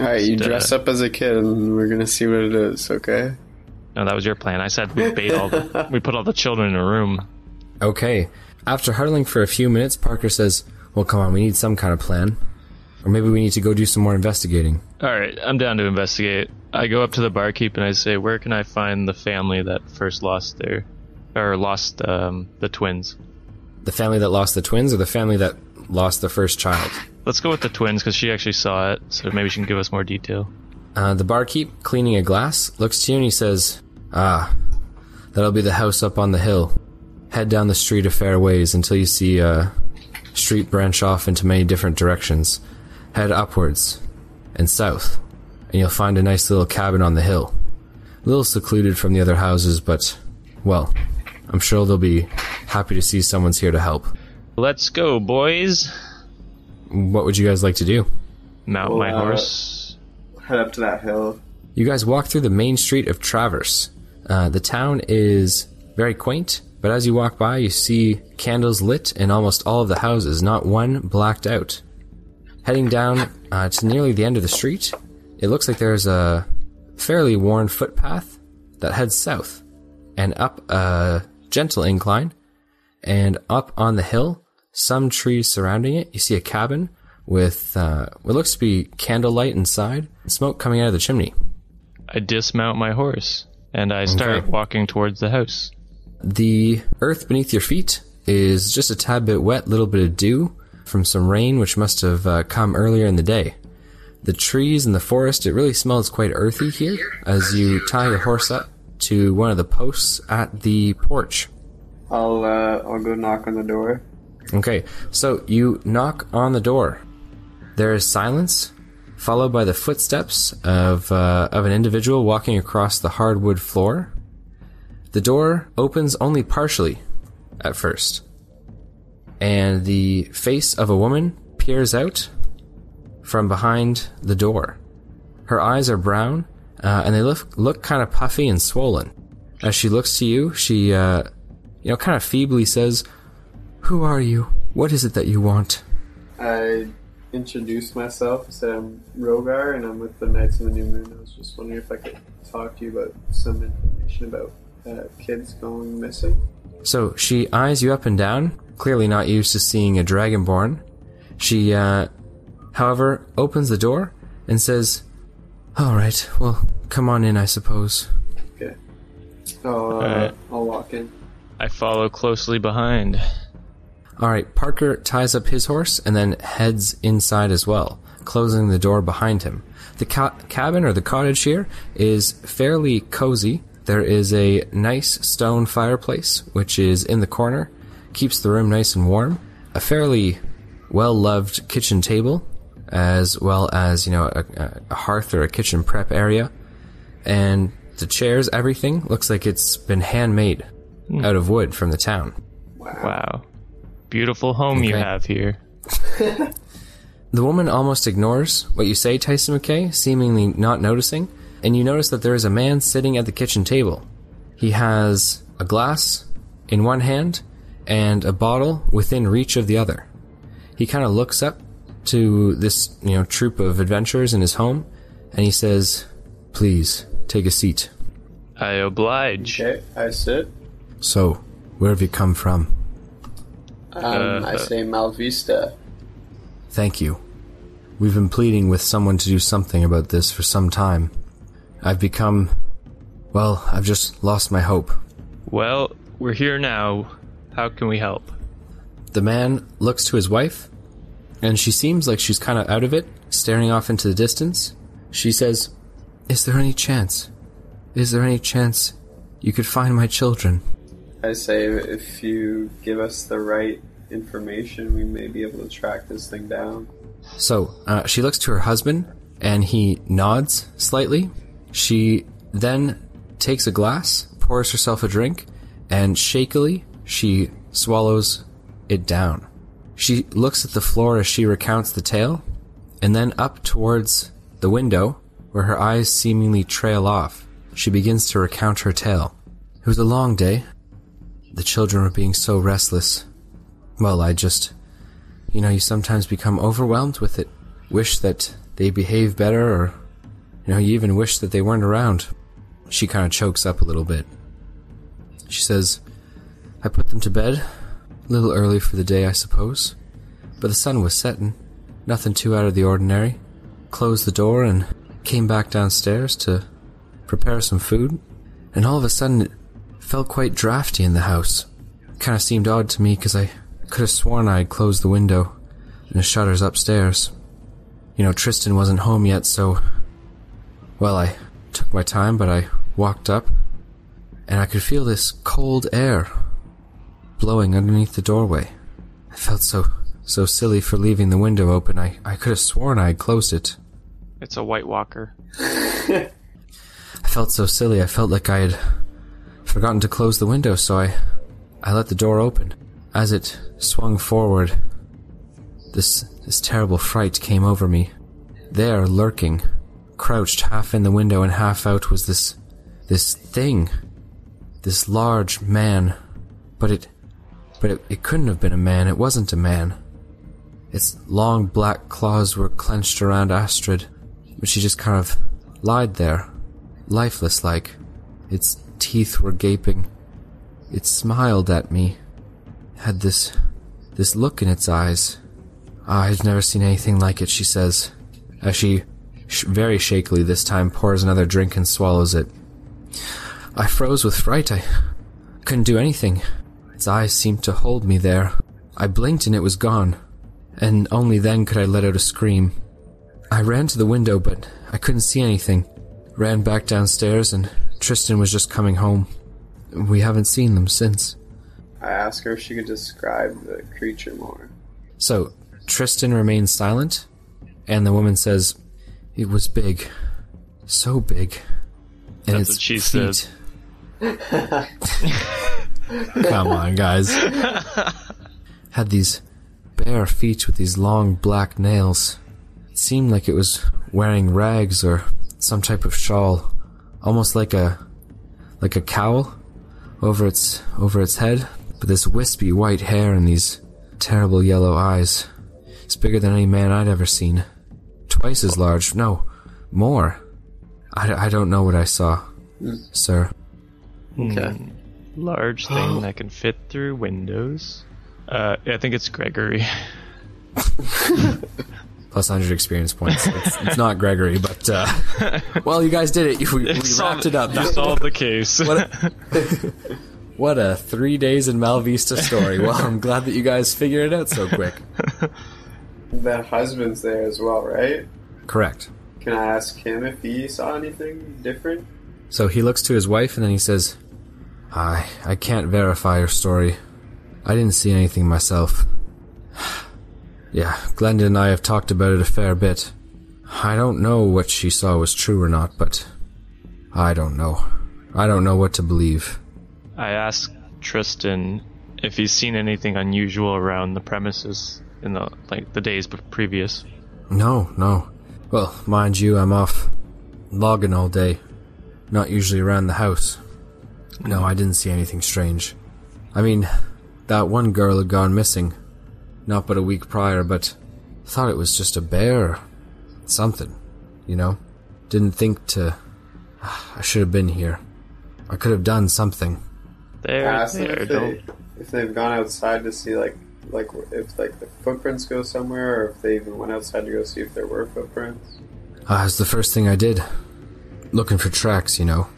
B: right, you
C: Just, uh,
B: dress up as a kid, and we're gonna see what it is. Okay.
C: No, that was your plan. I said we bait all. The, we put all the children in a room.
A: Okay. After huddling for a few minutes, Parker says, Well, come on, we need some kind of plan. Or maybe we need to go do some more investigating.
C: All right, I'm down to investigate. I go up to the barkeep and I say, "Where can I find the family that first lost their, or lost um, the twins?"
A: The family that lost the twins or the family that lost the first child?
C: Let's go with the twins because she actually saw it, so maybe she can give us more detail.
A: Uh, the barkeep, cleaning a glass, looks to you and he says, Ah, that'll be the house up on the hill. Head down the street a fair ways until you see a street branch off into many different directions. Head upwards and south, and you'll find a nice little cabin on the hill. A little secluded from the other houses, but, well, I'm sure they'll be happy to see someone's here to help.
C: Let's go, boys.
A: What would you guys like to do?
C: Mount my
B: uh,
C: horse.
B: head up to that hill.
A: You guys walk through the main street of Traverse. Uh, the town is very quaint, but as you walk by, you see candles lit in almost all of the houses, not one blacked out. Heading down uh, to nearly the end of the street, it looks like there's a fairly worn footpath that heads south and up a gentle incline. And up on the hill, some trees surrounding it, you see a cabin with uh, what looks to be candlelight inside, and smoke coming out of the chimney.
C: I dismount my horse and I start
A: Okay.
C: walking towards the house.
A: The earth beneath your feet is just a tad bit wet, little bit of dew from some rain which must have uh, come earlier in the day. The trees and the forest, it really smells quite earthy here as you tie your horse up to one of the posts at the porch.
B: I'll uh, I'll go knock on the door.
A: Okay, so you knock on the door. There is silence, followed by the footsteps of uh, of an individual walking across the hardwood floor. The door opens only partially at first, and the face of a woman peers out from behind the door. Her eyes are brown, uh, and they look look kind of puffy and swollen. As she looks to you, she uh, you know kind of feebly says. Who are you? What is it that you want?
B: I introduced myself. I said I'm Rogar, and I'm with the Knights of the New Moon. I was just wondering if I could talk to you about some information about uh, kids going missing.
A: So she eyes you up and down, clearly not used to seeing a dragonborn. She, uh, however, opens the door and says, All right, well, come on in, I suppose.
B: Okay. I'll, uh,
C: Alright.
B: I'll walk in.
C: I follow closely behind.
A: All right, Parker ties up his horse and then heads inside as well, closing the door behind him. The ca- cabin or the cottage here is fairly cozy. There is a nice stone fireplace, which is in the corner, keeps the room nice and warm. A fairly well loved kitchen table, as well as, you know, a, a- a hearth or a kitchen prep area. And the chairs, everything looks like it's been handmade out of wood from the town.
C: Wow. Beautiful home you
A: Okay.
C: have here.
A: The woman almost ignores what you say, Tyson McKay, seemingly not noticing, and you notice that there is a man sitting at the kitchen table. He has a glass in one hand and a bottle within reach of the other. He kind of looks up to this, you know, troop of adventurers in his home, and he says, "Please take a seat."
C: I oblige.
B: Okay, I sit.
A: So, where have you come from?
B: Um,
C: Uh,
B: I say Malvista.
A: Thank you. We've been pleading with someone to do something about this for some time. I've become. Well, I've just lost my hope.
C: Well, we're here now. How can we help?
A: The man looks to his wife, and she seems like she's kind of out of it, staring off into the distance. She says, Is there any chance? Is there any chance you could find my children?
B: I say if you give us the right information, we may be able to track this thing down.
A: So uh, she looks to her husband, and he nods slightly. She then takes a glass, pours herself a drink, and shakily she swallows it down. She looks at the floor as she recounts the tale, and then up towards the window, where her eyes seemingly trail off. She begins to recount her tale. It was a long day. The children were being so restless. Well, I just you know, you sometimes become overwhelmed with it. Wish that they behave better, or, you know, you even wish that they weren't around. She kind of chokes up a little bit. She says, I put them to bed, a little early for the day, I suppose, but the sun was setting, nothing too out of the ordinary. Closed the door and came back downstairs to prepare some food, and all of a sudden it felt quite drafty in the house kind of seemed odd to me because I could have sworn I had closed the window and the shutters upstairs. You know, Tristan wasn't home yet, so. Well, I took my time, but I walked up and I could feel this cold air blowing underneath the doorway. I felt so, so silly for leaving the window open. I, I could have sworn I had closed it.
C: It's a White Walker.
A: I felt so silly. I felt like I had forgotten to close the window, so I I let the door open. As it swung forward, this this terrible fright came over me. There, lurking, crouched half in the window and half out was this this thing this large man but it but it, it couldn't have been a man it wasn't a man its long black claws were clenched around astrid but she just kind of lied there lifeless like its teeth were gaping it smiled at me had this this look in its eyes i've never seen anything like it she says as she sh- very shakily this time pours another drink and swallows it i froze with fright i couldn't do anything its eyes seemed to hold me there i blinked and it was gone and only then could i let out a scream i ran to the window but i couldn't see anything ran back downstairs and tristan was just coming home we haven't seen them since
B: I asked her if she could describe the creature more.
A: So Tristan remains silent, and the woman says, "It was big, so big." And its
C: That's what she
A: feet.
C: said.
A: Come on, guys. Had these bare feet with these long black nails. It seemed like it was wearing rags or some type of shawl, almost like a like a cowl over its over its head, but this wispy white hair and these terrible yellow eyes. It's bigger than any man I'd ever seen. Twice as large. No, more. I, I don't know what I saw, sir.
B: Okay.
A: Mm.
C: Large thing that can fit through windows. Uh, I think it's Gregory.
A: Plus 100 experience points. It's, it's not Gregory, but, uh, well, you guys did it. You- We, we wrapped it up.
C: You solved the case.
A: What a three days in Malvista story. Well, I'm glad that you guys figured it out so quick.
B: The husband's there as well, right?
A: Correct.
B: Can I ask him if he saw anything different?
A: So he looks to his wife and then he says, I, I can't verify your story. I didn't see anything myself. yeah, Glenda and I have talked about it a fair bit. I don't know what she saw was true or not, but I don't know. I don't know what to believe.
C: I asked Tristan if he's seen anything unusual around the premises in the like the days be- previous.
A: No, no. Well, mind you, I'm off logging all day. Not usually around the house. No, I didn't see anything strange. I mean, that one girl had gone missing. Not but a week prior, but thought it was just a bear or something, you know? Didn't think to. "Ah, I should have been here. I could have done something.
C: There,
B: I asked him
C: there,
B: if,
C: don't.
B: they, if they've gone outside to see, like, like if like the footprints go somewhere, or if they even went outside to go see if there were footprints.
A: Ah, it's the first thing I did. Looking for tracks, you know.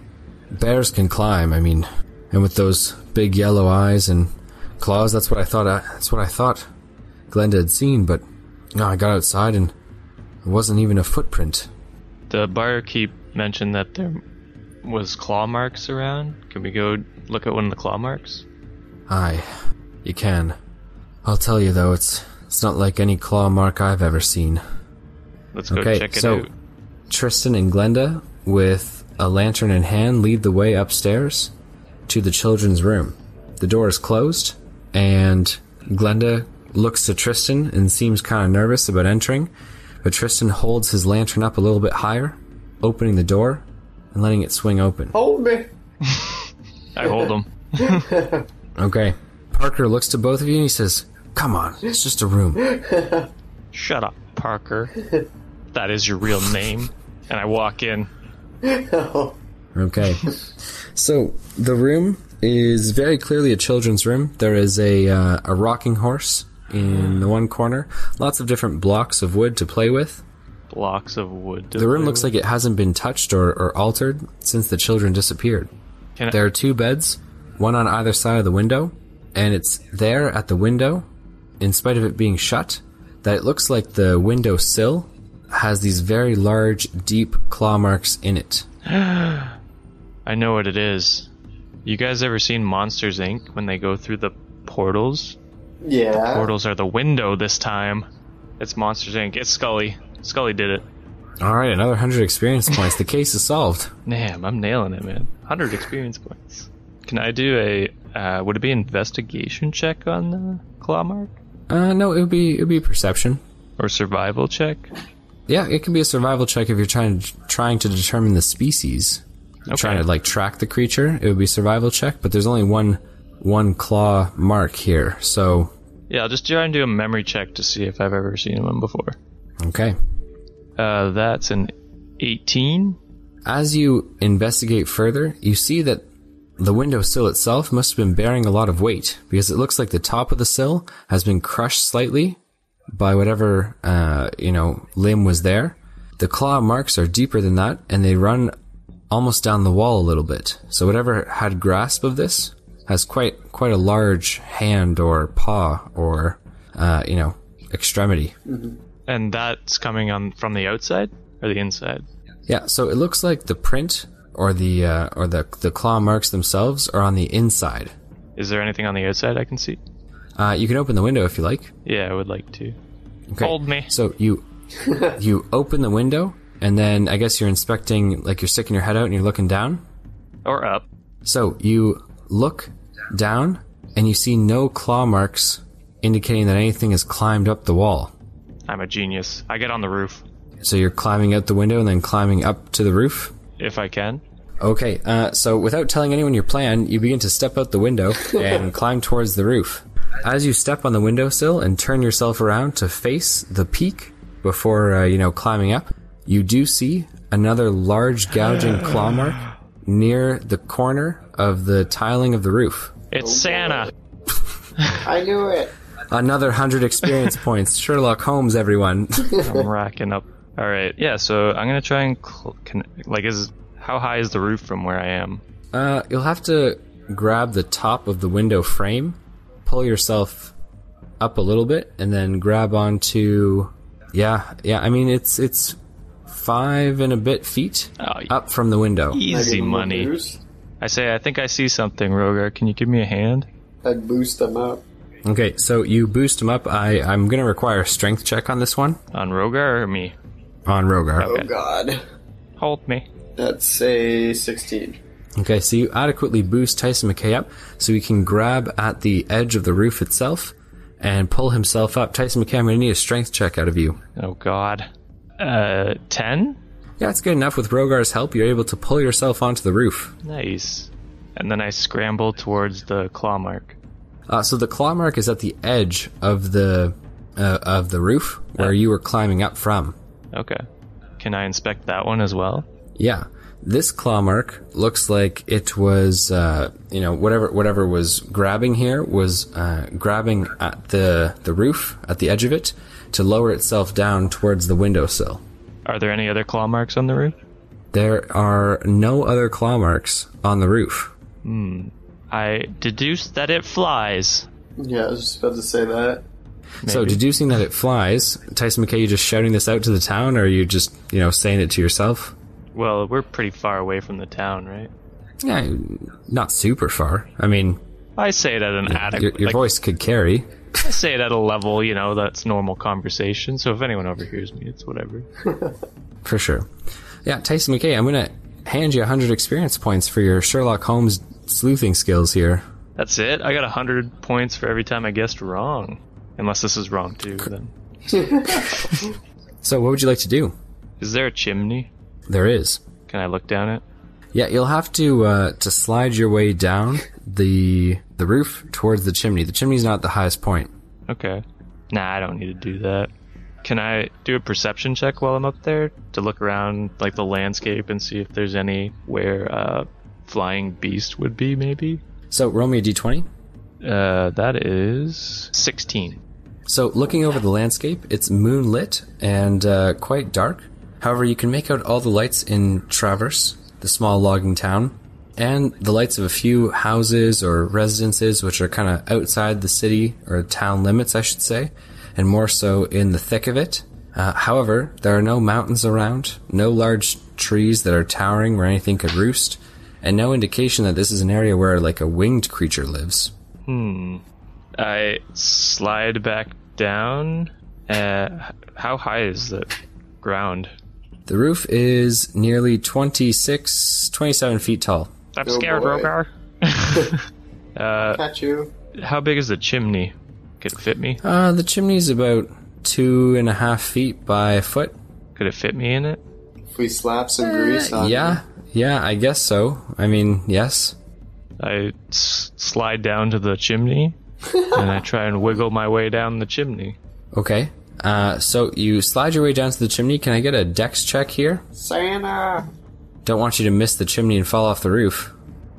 A: Bears can climb, I mean, and with those big yellow eyes and claws, that's what I thought. I, that's what I thought Glenda had seen, but no, I got outside and it wasn't even a footprint.
C: The barkeep mentioned that there was claw marks around. Can we go look at one of the claw marks?
A: Aye, you can. I'll tell you though, it's it's not like any claw mark I've ever seen.
C: Let's go
A: Okay,
C: check it
A: so-
C: out.
A: Tristan and Glenda, with a lantern in hand, lead the way upstairs to the children's room. The door is closed, and Glenda looks to Tristan and seems kind of nervous about entering, but Tristan holds his lantern up a little bit higher, opening the door and letting it swing open.
B: Hold me.
C: I hold him.
A: Okay. Parker looks to both of you and he says, Come on, it's just a room.
C: Shut up, Parker. That is your real name. And I walk in.
A: Okay. So the room is very clearly a children's room. There is a uh, a rocking horse in the one corner. Lots of different blocks of wood to play with.
C: Blocks of wood.
A: The room looks like it hasn't been touched or, or altered since the children disappeared.
C: Can I-
A: There are two beds, one on either side of the window, and it's there at the window, in spite of it being shut, that it looks like the window sill has these very large, deep claw marks in it.
C: I know what it is. You guys ever seen Monsters Inc. when they go through the portals?
B: Yeah.
C: Portals are the window this time. It's Monsters Inc. It's Scully. Scully did it.
A: All right, another 100 experience points. The case is solved.
C: Damn, I'm nailing it, man. 100 experience points. Can I do a, uh, would it be investigation check on the claw mark?
A: Uh, no, it would be it would be perception.
C: Or survival check?
A: Yeah, it can be a survival check if you're trying to, trying to determine the species.
C: Okay.
A: Trying to like track the creature, it would be survival check, but there's only one one claw mark here. So,
C: Yeah, I'll just try and do a memory check to see if I've ever seen one before.
A: okay.
C: Uh, that's an 18.
A: As you investigate further, you see that the window sill itself must have been bearing a lot of weight because it looks like the top of the sill has been crushed slightly by whatever, uh, you know, limb was there. The claw marks are deeper than that and they run almost down the wall a little bit. So whatever had grasp of this has quite, quite a large hand or paw or, uh, you know, extremity.
C: And that's coming on from the outside or the inside?
A: Yeah, so it looks like the print or the uh, or the the claw marks themselves are on the inside.
C: Is there anything on the outside I can see?
A: Uh, you can open the window if you like.
C: Yeah, I would like to.
A: Okay.
C: Hold me.
A: So you you open the window and then I guess you're inspecting like you're sticking your head out and you're looking down.
C: Or up.
A: So you look down and you see no claw marks indicating that anything has climbed up the wall.
C: I'm a genius. I get on the roof
A: So you're climbing out the window and then climbing up to the roof.
C: if I can.
A: Okay, uh, so without telling anyone your plan, you begin to step out the window and climb towards the roof. As you step on the windowsill and turn yourself around to face the peak before, uh, you know, climbing up, you do see another large gouging claw mark near the corner of the tiling of the roof.
C: It's Santa.
B: I knew it.
A: Another hundred experience points. Sherlock Holmes, everyone.
C: I'm racking up. All right. Yeah. So I'm gonna try and cl- can, like is how high is the roof from where I am?
A: Uh, you'll have to grab the top of the window frame, pull yourself up a little bit, and then grab onto. Yeah, yeah. I mean, it's it's five and a bit feet
C: Oh,
A: up from the window.
C: easy money. I say I think I see something, Rogar. Can you give me a hand?
B: I'd boost them up.
A: Okay, so you boost him up. I I'm gonna require a strength check on this one
C: On Rogar or me?
A: on Rogar.
B: Oh god.
C: Hold me.
B: That's a 16.
A: Okay, so you adequately boost Tyson McKay up so he can grab at the edge of the roof itself and pull himself up. Tyson McKay, I'm gonna need a strength check out of you.
C: Oh God. Uh, ten.
A: Yeah, it's good enough. With Rogar's help, you're able to pull yourself onto the roof.
C: Nice. And then I scramble towards the claw mark.
A: Uh, so the claw mark is at the edge of the uh, of the roof where you were climbing up from.
C: Okay. Can I inspect that one as well?
A: Yeah, this claw mark looks like it was uh, you know whatever whatever was grabbing here was uh, grabbing at the the roof at the edge of it to lower itself down towards the windowsill.
C: Are there any other claw marks on the roof?
A: There are no other claw marks on the roof.
C: I deduce that it flies.
B: Yeah, I was just about to say that.
A: So,
C: Maybe.
A: deducing that it flies, Tyson McKay, you just shouting this out to the town, or are you just, you know, saying it to yourself?
C: Well, we're pretty far away from the town, right?
A: Yeah, not super far. I mean,
C: I say it at an
A: your,
C: adequate.
A: your
C: like,
A: voice could carry.
C: I say it at a level, you know, that's normal conversation. So if anyone overhears me, it's whatever.
A: For sure. Yeah, Tyson McKay, I'm going to hand you 100 experience points for your Sherlock Holmes sleuthing skills here.
C: That's it. I got a hundred points for every time I guessed wrong, unless this is wrong too. Then
A: So, what would you like to do?
C: is there a chimney?
A: There is.
C: Can I look down it?
A: Yeah, you'll have to uh, to slide your way down the the roof towards the chimney. The chimney's not at the highest point.
C: Okay. Nah, I don't need to do that. Can I do a perception check while I'm up there to look around like the landscape and see if there's any where uh, flying beast would be? Maybe.
A: So, roll me a d20.
C: Uh, that is sixteen.
A: So, looking over the landscape, it's moonlit and uh, quite dark. However, you can make out all the lights in Traverse, the small logging town, and the lights of a few houses or residences which are kind of outside the city or town limits, I should say, and more so in the thick of it. Uh, however, there are no mountains around, no large trees that are towering where anything could roost, and no indication that this is an area where like a winged creature lives.
C: I slide back down. Uh, how high is the ground?
A: The roof is nearly 26, 27 feet tall.
C: I'm
B: Oh,
C: scared,
B: boy.
C: Rogar. Uh,
B: Catch you.
C: How big is the chimney? Could it fit me?
A: Uh, the chimney's about two and a half feet by a foot.
C: Could it fit me in it?
B: If we slap
C: eh,
B: some grease on
A: Yeah, yeah, I guess so. I mean, yes.
C: I s- slide down to the chimney and I try and wiggle my way down the chimney.
A: Okay. Uh, so you slide your way down to the chimney. Can I get a dex check here?
B: it. Santa!
A: Don't want you to miss the chimney and fall off the roof.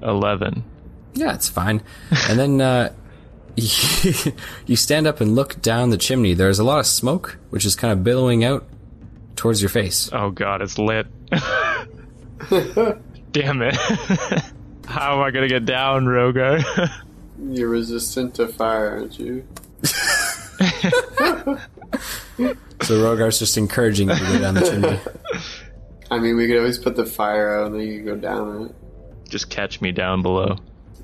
C: 11.
A: Yeah, it's fine. And then uh, you stand up and look down the chimney. There's a lot of smoke, which is kind of billowing out towards your face.
C: Oh god, it's lit. Damn it. How am I gonna get down, Rogar?
B: You're resistant to fire, aren't you?
A: So Rogar's just encouraging you to go down the chimney.
B: I mean, we could always put the fire out and then you could go down it.
C: Just catch me down below.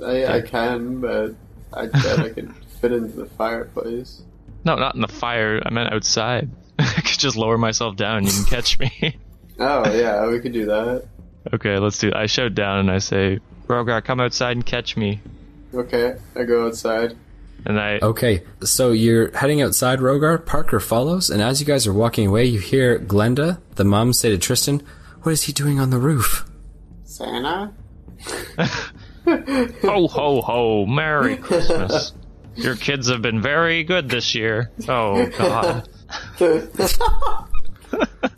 B: I, I can, but I bet I could fit into the fireplace.
C: No, not in the fire. I meant outside. I could just lower myself down. You can catch me.
B: Oh, yeah, we could do that.
C: okay, let's do I shout down and I say, Rogar, come outside and catch me.
B: Okay, I go outside.
C: And I.
A: Okay, so you're heading outside, Rogar. Parker follows, and as you guys are walking away, you hear Glenda, the mom, say to Tristan, What is he doing on the roof?
B: Santa?
C: Ho, ho, ho. Merry Christmas. Your kids have been very good this year. Oh, God.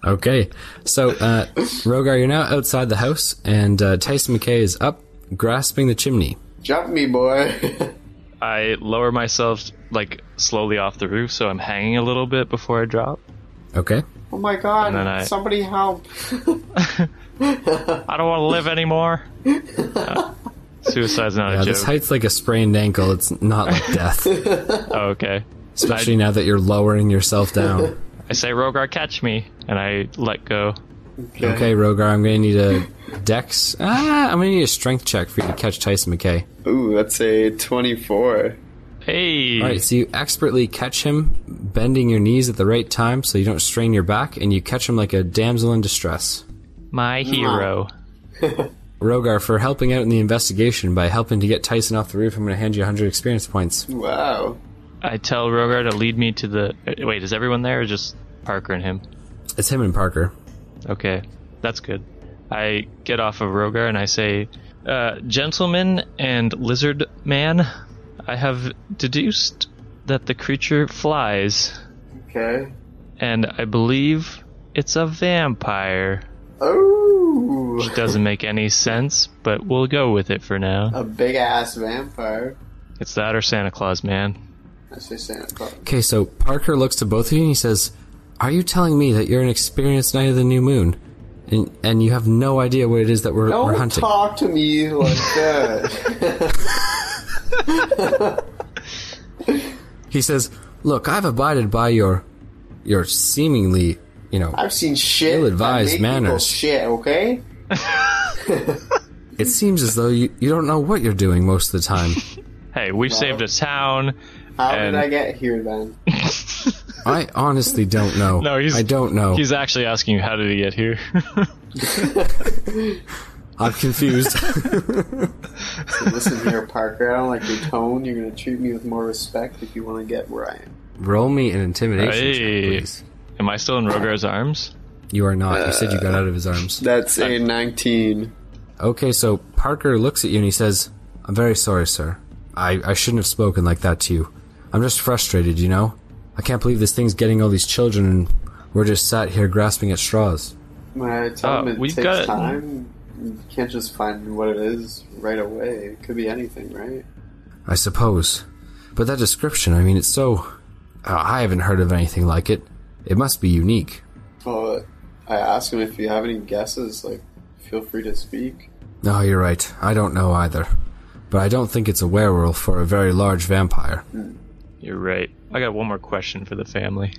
A: Okay, so uh, Rogar, you're now outside the house, and uh, Tyson McKay is up, grasping the chimney.
B: Jump me, boy!
C: I lower myself, like, slowly off the roof, so I'm hanging a little bit before I drop.
A: Okay,
B: oh my god,
C: then I-
B: somebody help!
C: I don't want to live anymore. Uh, suicide's not
A: uh,
C: a
A: this
C: joke.
A: height's like a sprained ankle. It's not like death,
C: Oh, okay.
A: especially now that you're lowering yourself down.
C: I say, Rogar, catch me. And I let go.
A: Okay, Rogar, I'm gonna need a dex. Ah, I'm gonna need a strength check for you to catch Tyson McKay.
B: Ooh, that's a 24.
C: Hey!
A: All right, so you expertly catch him, bending your knees at the right time so you don't strain your back, and you catch him like a damsel in distress.
C: My hero.
A: Rogar, for helping out in the investigation by helping to get Tyson off the roof, I'm going to hand you 100 experience points.
B: Wow.
C: I tell Rogar to lead me to the. uh, Wait, is everyone there or just Parker and him?
A: It's him and Parker.
C: Okay, that's good. I get off of Rogar and I say, uh, Gentleman and lizard man, I have deduced that the creature flies,
B: Okay.
C: and I believe it's a vampire.
B: Oh!
C: Doesn't make any sense, but we'll go with it for now.
B: A big ass vampire.
C: It's that or Santa Claus, man.
B: I say Santa Claus.
A: Okay, so Parker looks to both of you and he says, Are you telling me that you're an experienced Knight of the New Moon? And, and you have no idea what it is that we're, we're
B: Don't
A: hunting.
B: talk to me like that.
A: He says, Look, I've abided by your, your seemingly, you know,
B: I've seen shit.
A: Ill-advised
B: that make people
A: manners.
B: Shit, okay?
A: it seems as though you, you don't know what you're doing most of the time.
C: Hey, we've saved a town.
B: How
C: And-
B: did I get here then?
A: I honestly don't know.
C: No, he's-
A: I don't know.
C: He's actually asking you, how did he get here?
A: I'm confused.
B: Listen here, Parker. I don't like your tone. You're gonna treat me with more respect if you want to get where I am.
A: Roll me an intimidation
C: Hey.
A: check, please.
C: Am I still in Rogar's arms?
A: You are not. you said you got out of his arms.
B: That's a 19.
A: Okay, so Parker looks at you and he says, I'm very sorry, sir. I, I shouldn't have spoken like that to you. I'm just frustrated, you know? I can't believe this thing's getting all these children and we're just sat here grasping at straws.
B: When I tell
C: Uh,
B: him it
C: we've
B: takes
C: got-
B: time, you can't just find what it is right away. It could be anything, right?
A: I suppose. But that description, I mean, it's so. Uh, I haven't heard of anything like it. It must be unique.
B: Well, I ask him if you have any guesses. Like, feel free to speak.
A: No, Ah, you're right. I don't know either. But I don't think it's a werewolf or a very large vampire.
C: You're right. I got one more question for the family.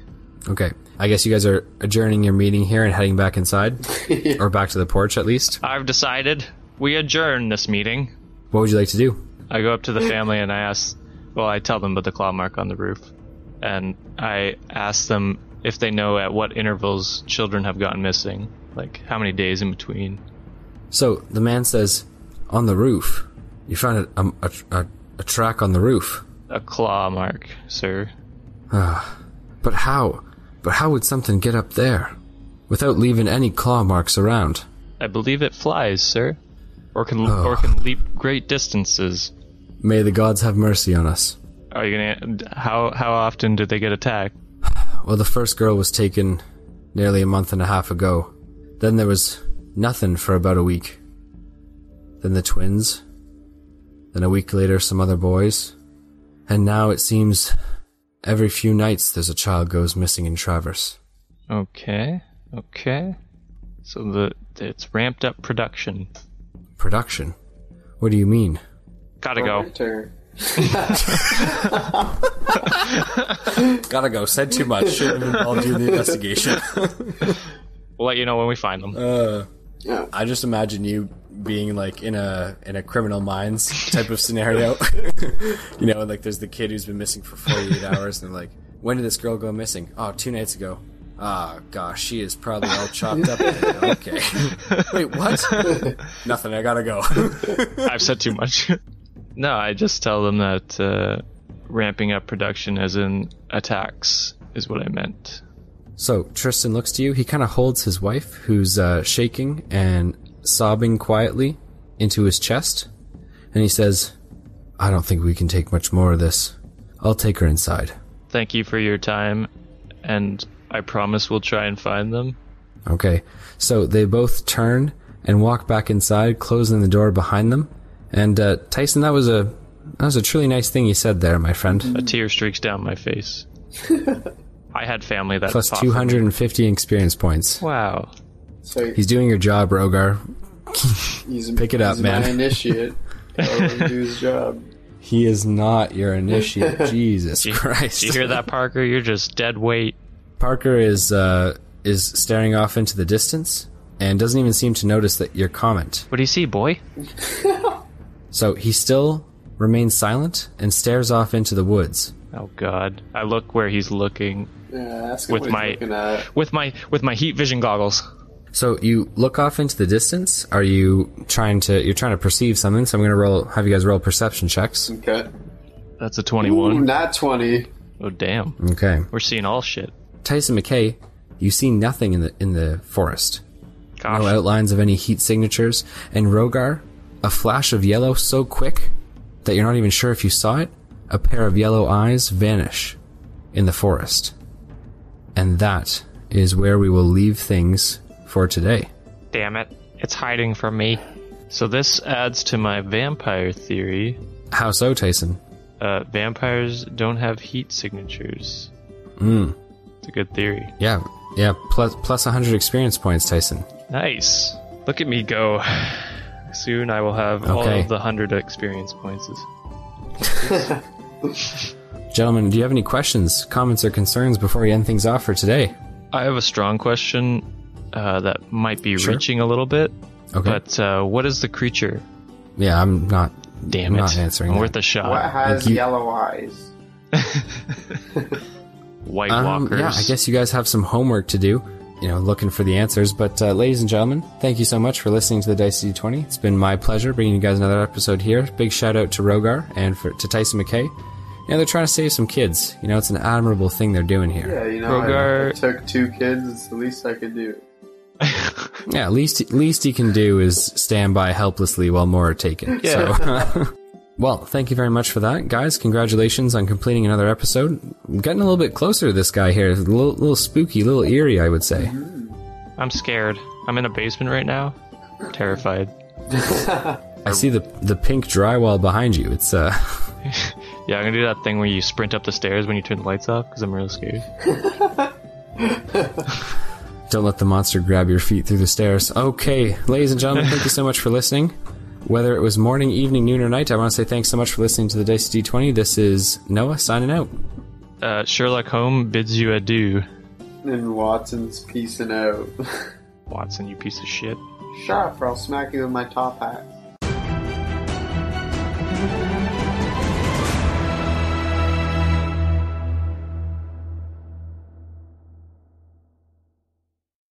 A: Okay. I guess you guys are adjourning your meeting here and heading back inside, or back to the porch at least.
C: I've decided we adjourn this meeting.
A: What would you like to do?
C: I go up to the family and I ask, well, I tell them about the claw mark on the roof. And I ask them if they know at what intervals children have gotten missing, like how many days in between.
A: So the man says, "On the roof, you found a a, a, a track on the roof.
C: A claw mark, sir.
A: But how? But how would something get up there? without leaving any claw marks around.
C: I believe it flies, sir, or can
A: Oh.
C: or can leap great distances.
A: May the gods have mercy on us.
C: Are you gonna? How how often did they get attacked?
A: Well, the first girl was taken nearly a month and a half ago. Then there was nothing for about a week. Then the twins. Then a week later, some other boys. And now it seems every few nights there's a child goes missing in Traverse.
C: Okay, okay. So the it's ramped up production.
A: Production? What do you mean?
C: Gotta go.
B: Turn.
A: Gotta go. Said too much. Shouldn't have involved you in the investigation.
C: We'll let you know when we find them.
A: Uh.
B: Yeah.
A: I just imagine you being like in a in a criminal minds type of scenario. you know, like there's the kid who's been missing for 48 hours, and like, when did this girl go missing? Oh, two nights ago. Ah, gosh, she is probably all chopped up. Okay. Wait, what? Nothing. I gotta go.
C: I've said too much. no, I just tell them that uh, ramping up production, as in attacks, is what I meant.
A: So Tristan looks to you. He kind of holds his wife, who's uh, shaking and sobbing quietly, into his chest, and he says, "I don't think we can take much more of this. I'll take her inside."
C: Thank you for your time, and I promise we'll try and find them.
A: Okay. So they both turn and walk back inside, closing the door behind them. And uh, Tyson, that was a that was a truly nice thing you said there, my friend.
C: A tear streaks down my face. I had family that
A: Plus
C: fought for
A: two
C: me.
A: hundred and fifty experience points.
C: Wow.
B: So
A: He's doing your job, Rogar.
B: he's
A: pick it up,
B: he's
A: man.
B: My initiate. Probably do his job.
A: He is not your initiate. Jesus Christ.
C: Do you hear that, Parker? You're just dead weight.
A: Parker is uh, is staring off into the distance and doesn't even seem to notice that your comment.
C: What do you see, boy?
A: So he still remains silent and stares off into the woods.
C: Oh God! I look where he's looking
B: Yeah, ask him
C: With
B: what he's
C: my-
B: looking at.
C: with my with my heat vision goggles.
A: So you look off into the distance. Are you trying to? You're trying to perceive something. So I'm going to roll. Have you guys roll perception checks?
B: Okay.
C: That's a
B: Ooh,
C: twenty-one.
B: not 20.
C: Oh damn!
A: Okay.
C: We're seeing all shit.
A: Tyson McKay, you see nothing in the in the forest.
C: Gosh.
A: No outlines of any heat signatures. And Rogar, a flash of yellow so quick that you're not even sure if you saw it. A pair of yellow eyes vanish in the forest. And that is where we will leave things for today.
C: Damn it! It's hiding from me. So this adds to my vampire theory.
A: How so, Tyson?
C: Uh, vampires don't have heat signatures. Hmm. It's a good theory.
A: Yeah, yeah. Plus plus 100 experience points, Tyson.
C: Nice. Look at me go. Soon I will have all
A: Okay.
C: of the hundred experience points.
A: Gentlemen, do you have any questions, comments, or concerns before we end things off for today?
C: I have a strong question uh, that might be
A: Sure.
C: reaching a little bit,
A: Okay.
C: but uh, what is the creature?
A: yeah, I'm not.
C: Damn it!
A: Not answering that.
C: Worth a shot.
B: What has
A: you.
B: yellow eyes?
C: White
A: Um,
C: walkers.
A: yeah, I guess you guys have some homework to do. You know, looking for the answers. But uh, ladies and gentlemen, thank you so much for listening to the Dice D20. It's been my pleasure bringing you guys another episode here. Big shout out to Rogar and for to Tyson McKay. You know, they're trying to save some kids. You know, it's an admirable thing they're doing here.
B: Yeah, you know, I, I
C: Rogar-
B: took two kids. It's the least I could do.
A: Yeah, least least he can do is stand by helplessly while more are taken.
C: Yeah.
A: Well, thank you very much for that, guys. Congratulations on completing another episode. I'm getting a little bit closer to this guy here. A little, little spooky, a little eerie, I would say.
C: I'm scared. I'm in a basement right now. Terrified.
A: I see the the pink drywall behind you. It's uh,
C: Yeah, I'm gonna do that thing where you sprint up the stairs when you turn the lights off because I'm real scared.
A: don't let the monster grab your feet through the stairs. Okay, ladies and gentlemen, thank you so much for listening. Whether it was morning, evening, noon, or night, I want to say thanks so much for listening to the Dice D20. This is Noah signing out.
C: Uh, Sherlock Holmes bids you adieu.
B: And Watson's piecing out.
C: Watson, you piece of shit.
B: Shut up, or I'll smack you with my top hat.